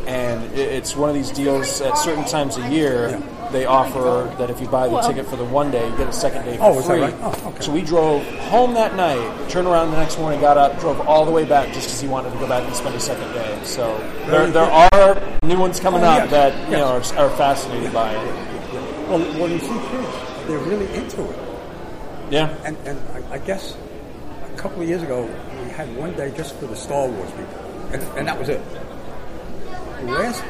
And i it's one of these deals at certain times a year. They offer that if you buy the Well- ticket for the one day, you get a second day for Oh, is that free. right? So we drove home that night, turned around the next morning, got up, drove all the way back just because he wanted to go back and spend a second day. So there, Very there good. are new ones coming Oh, up yeah. that you Yes. know are, are fascinated by it. Well, when you see kids, they're really into it. Yeah. And, and I, I guess a couple of years ago, we had one day just for the Star Wars people, and, and that was it. Last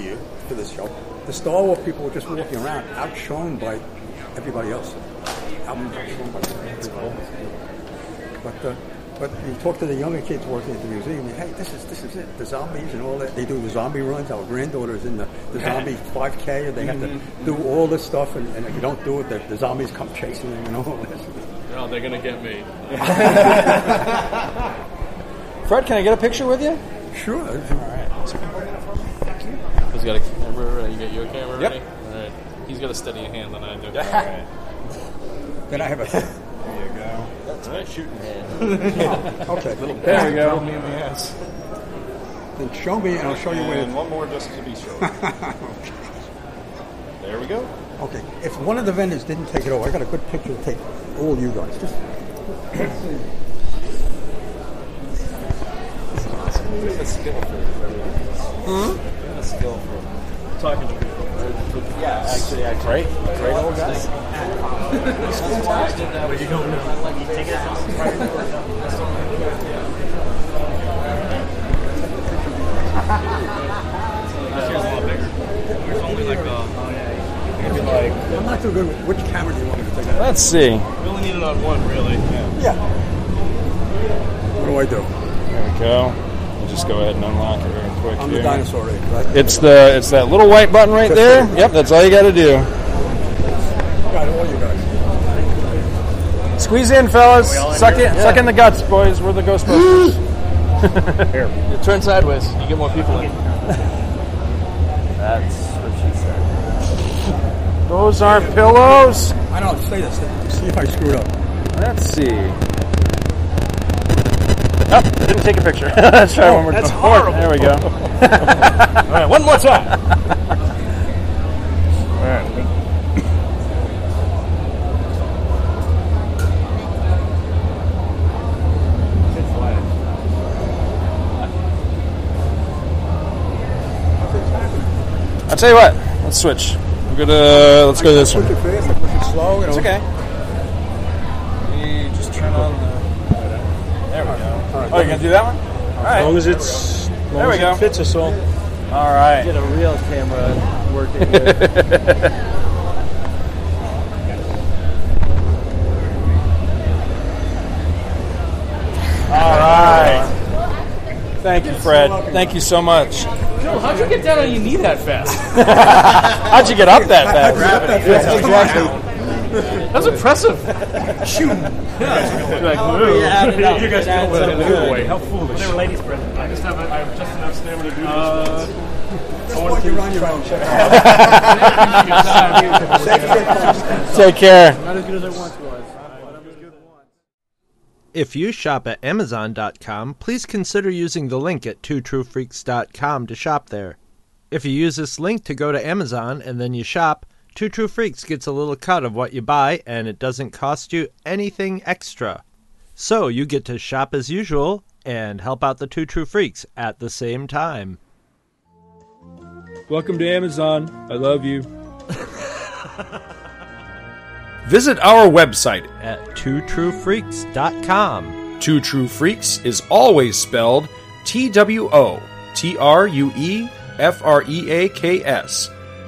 year for this show, the Star Wars people were just walking around, outshone by everybody else. Out- Outshone by everybody else. But uh, but you talk to the younger kids working at the museum, and, hey, this is this is it. The zombies and all that. They do the zombie runs. Our granddaughter's in the, the zombie 5K, and they have Mhm. to do all this stuff. And, and if you don't do it, the, the zombies come chasing them and all this. No, Oh, they're gonna get me. Fred, can I get a picture with you? Sure. All right. He's got a camera ready. You got your camera Yep. ready? All right. He's got a steadier hand than I do. Then I have a. There you go. That's my shooting hand. okay. There we go. Then show me, and I'll show you where. And one more just to be sure. okay. There we go. Okay. If one of the vendors didn't take it over, I got a good picture to take all you guys. Just That's a skill for everyone. That's a skill for talking to people. Yeah, actually, I Great, great old guy. But you don't know. You take it I'm not so good with which camera do you want me to take out? Let's see. We only need it on one, really. Yeah. What do I do? There we go. I'll just go ahead and unlock it real quick I'm here. the dinosaur rig, right? It's the it's that little white button right there. Yep, that's all you got to do. Got all you guys. Squeeze in, fellas. We all in Suck in, here? Yeah. suck in the guts, boys. We're the Ghostbusters. here, you turn sideways. You get more people in. That's what she said. Those aren't pillows. I don't say this. See if I screwed up. Let's see. Oh, didn't take a picture. Let's try Oh, one more that's time. horrible. There we go. All right, one more time. All right. I'll tell you what. Let's switch. We're gonna let's go to this one. Push it fast, I push it slow. It's okay. You just turn on the. There we go. Oh, you gonna do that one? All right. As long as it's as There long we as go. it fits us all. All right. Get a real camera working. All right. Thank you, Fred. Thank you so much. Joe, how'd you get down on your knee that fast? How'd you get up that fast? Yeah, exactly. That's impressive. Shoot. like, "Whoa." You guys don't let it go away. How foolish. They were ladies' present. I just have, a, I have just enough stamina to do this. Uh, You're on your own. Take care. Not as good as I once was. If you shop at Amazon.com, please consider using the link at twotruefreaks.com to shop there. If you use this link to go to Amazon and then you shop, Two True Freaks gets a little cut of what you buy and it doesn't cost you anything extra. So you get to shop as usual and help out the Two True Freaks at the same time. Welcome to Amazon. I love you. Visit our website at twotruefreaks.com. Two True Freaks is always spelled T W O T R U E F R E A K S.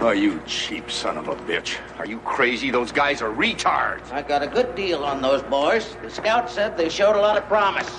Oh, you cheap son of a bitch. Are you crazy? Those guys are retards. I got a good deal on those boys. The scout said they showed a lot of promise.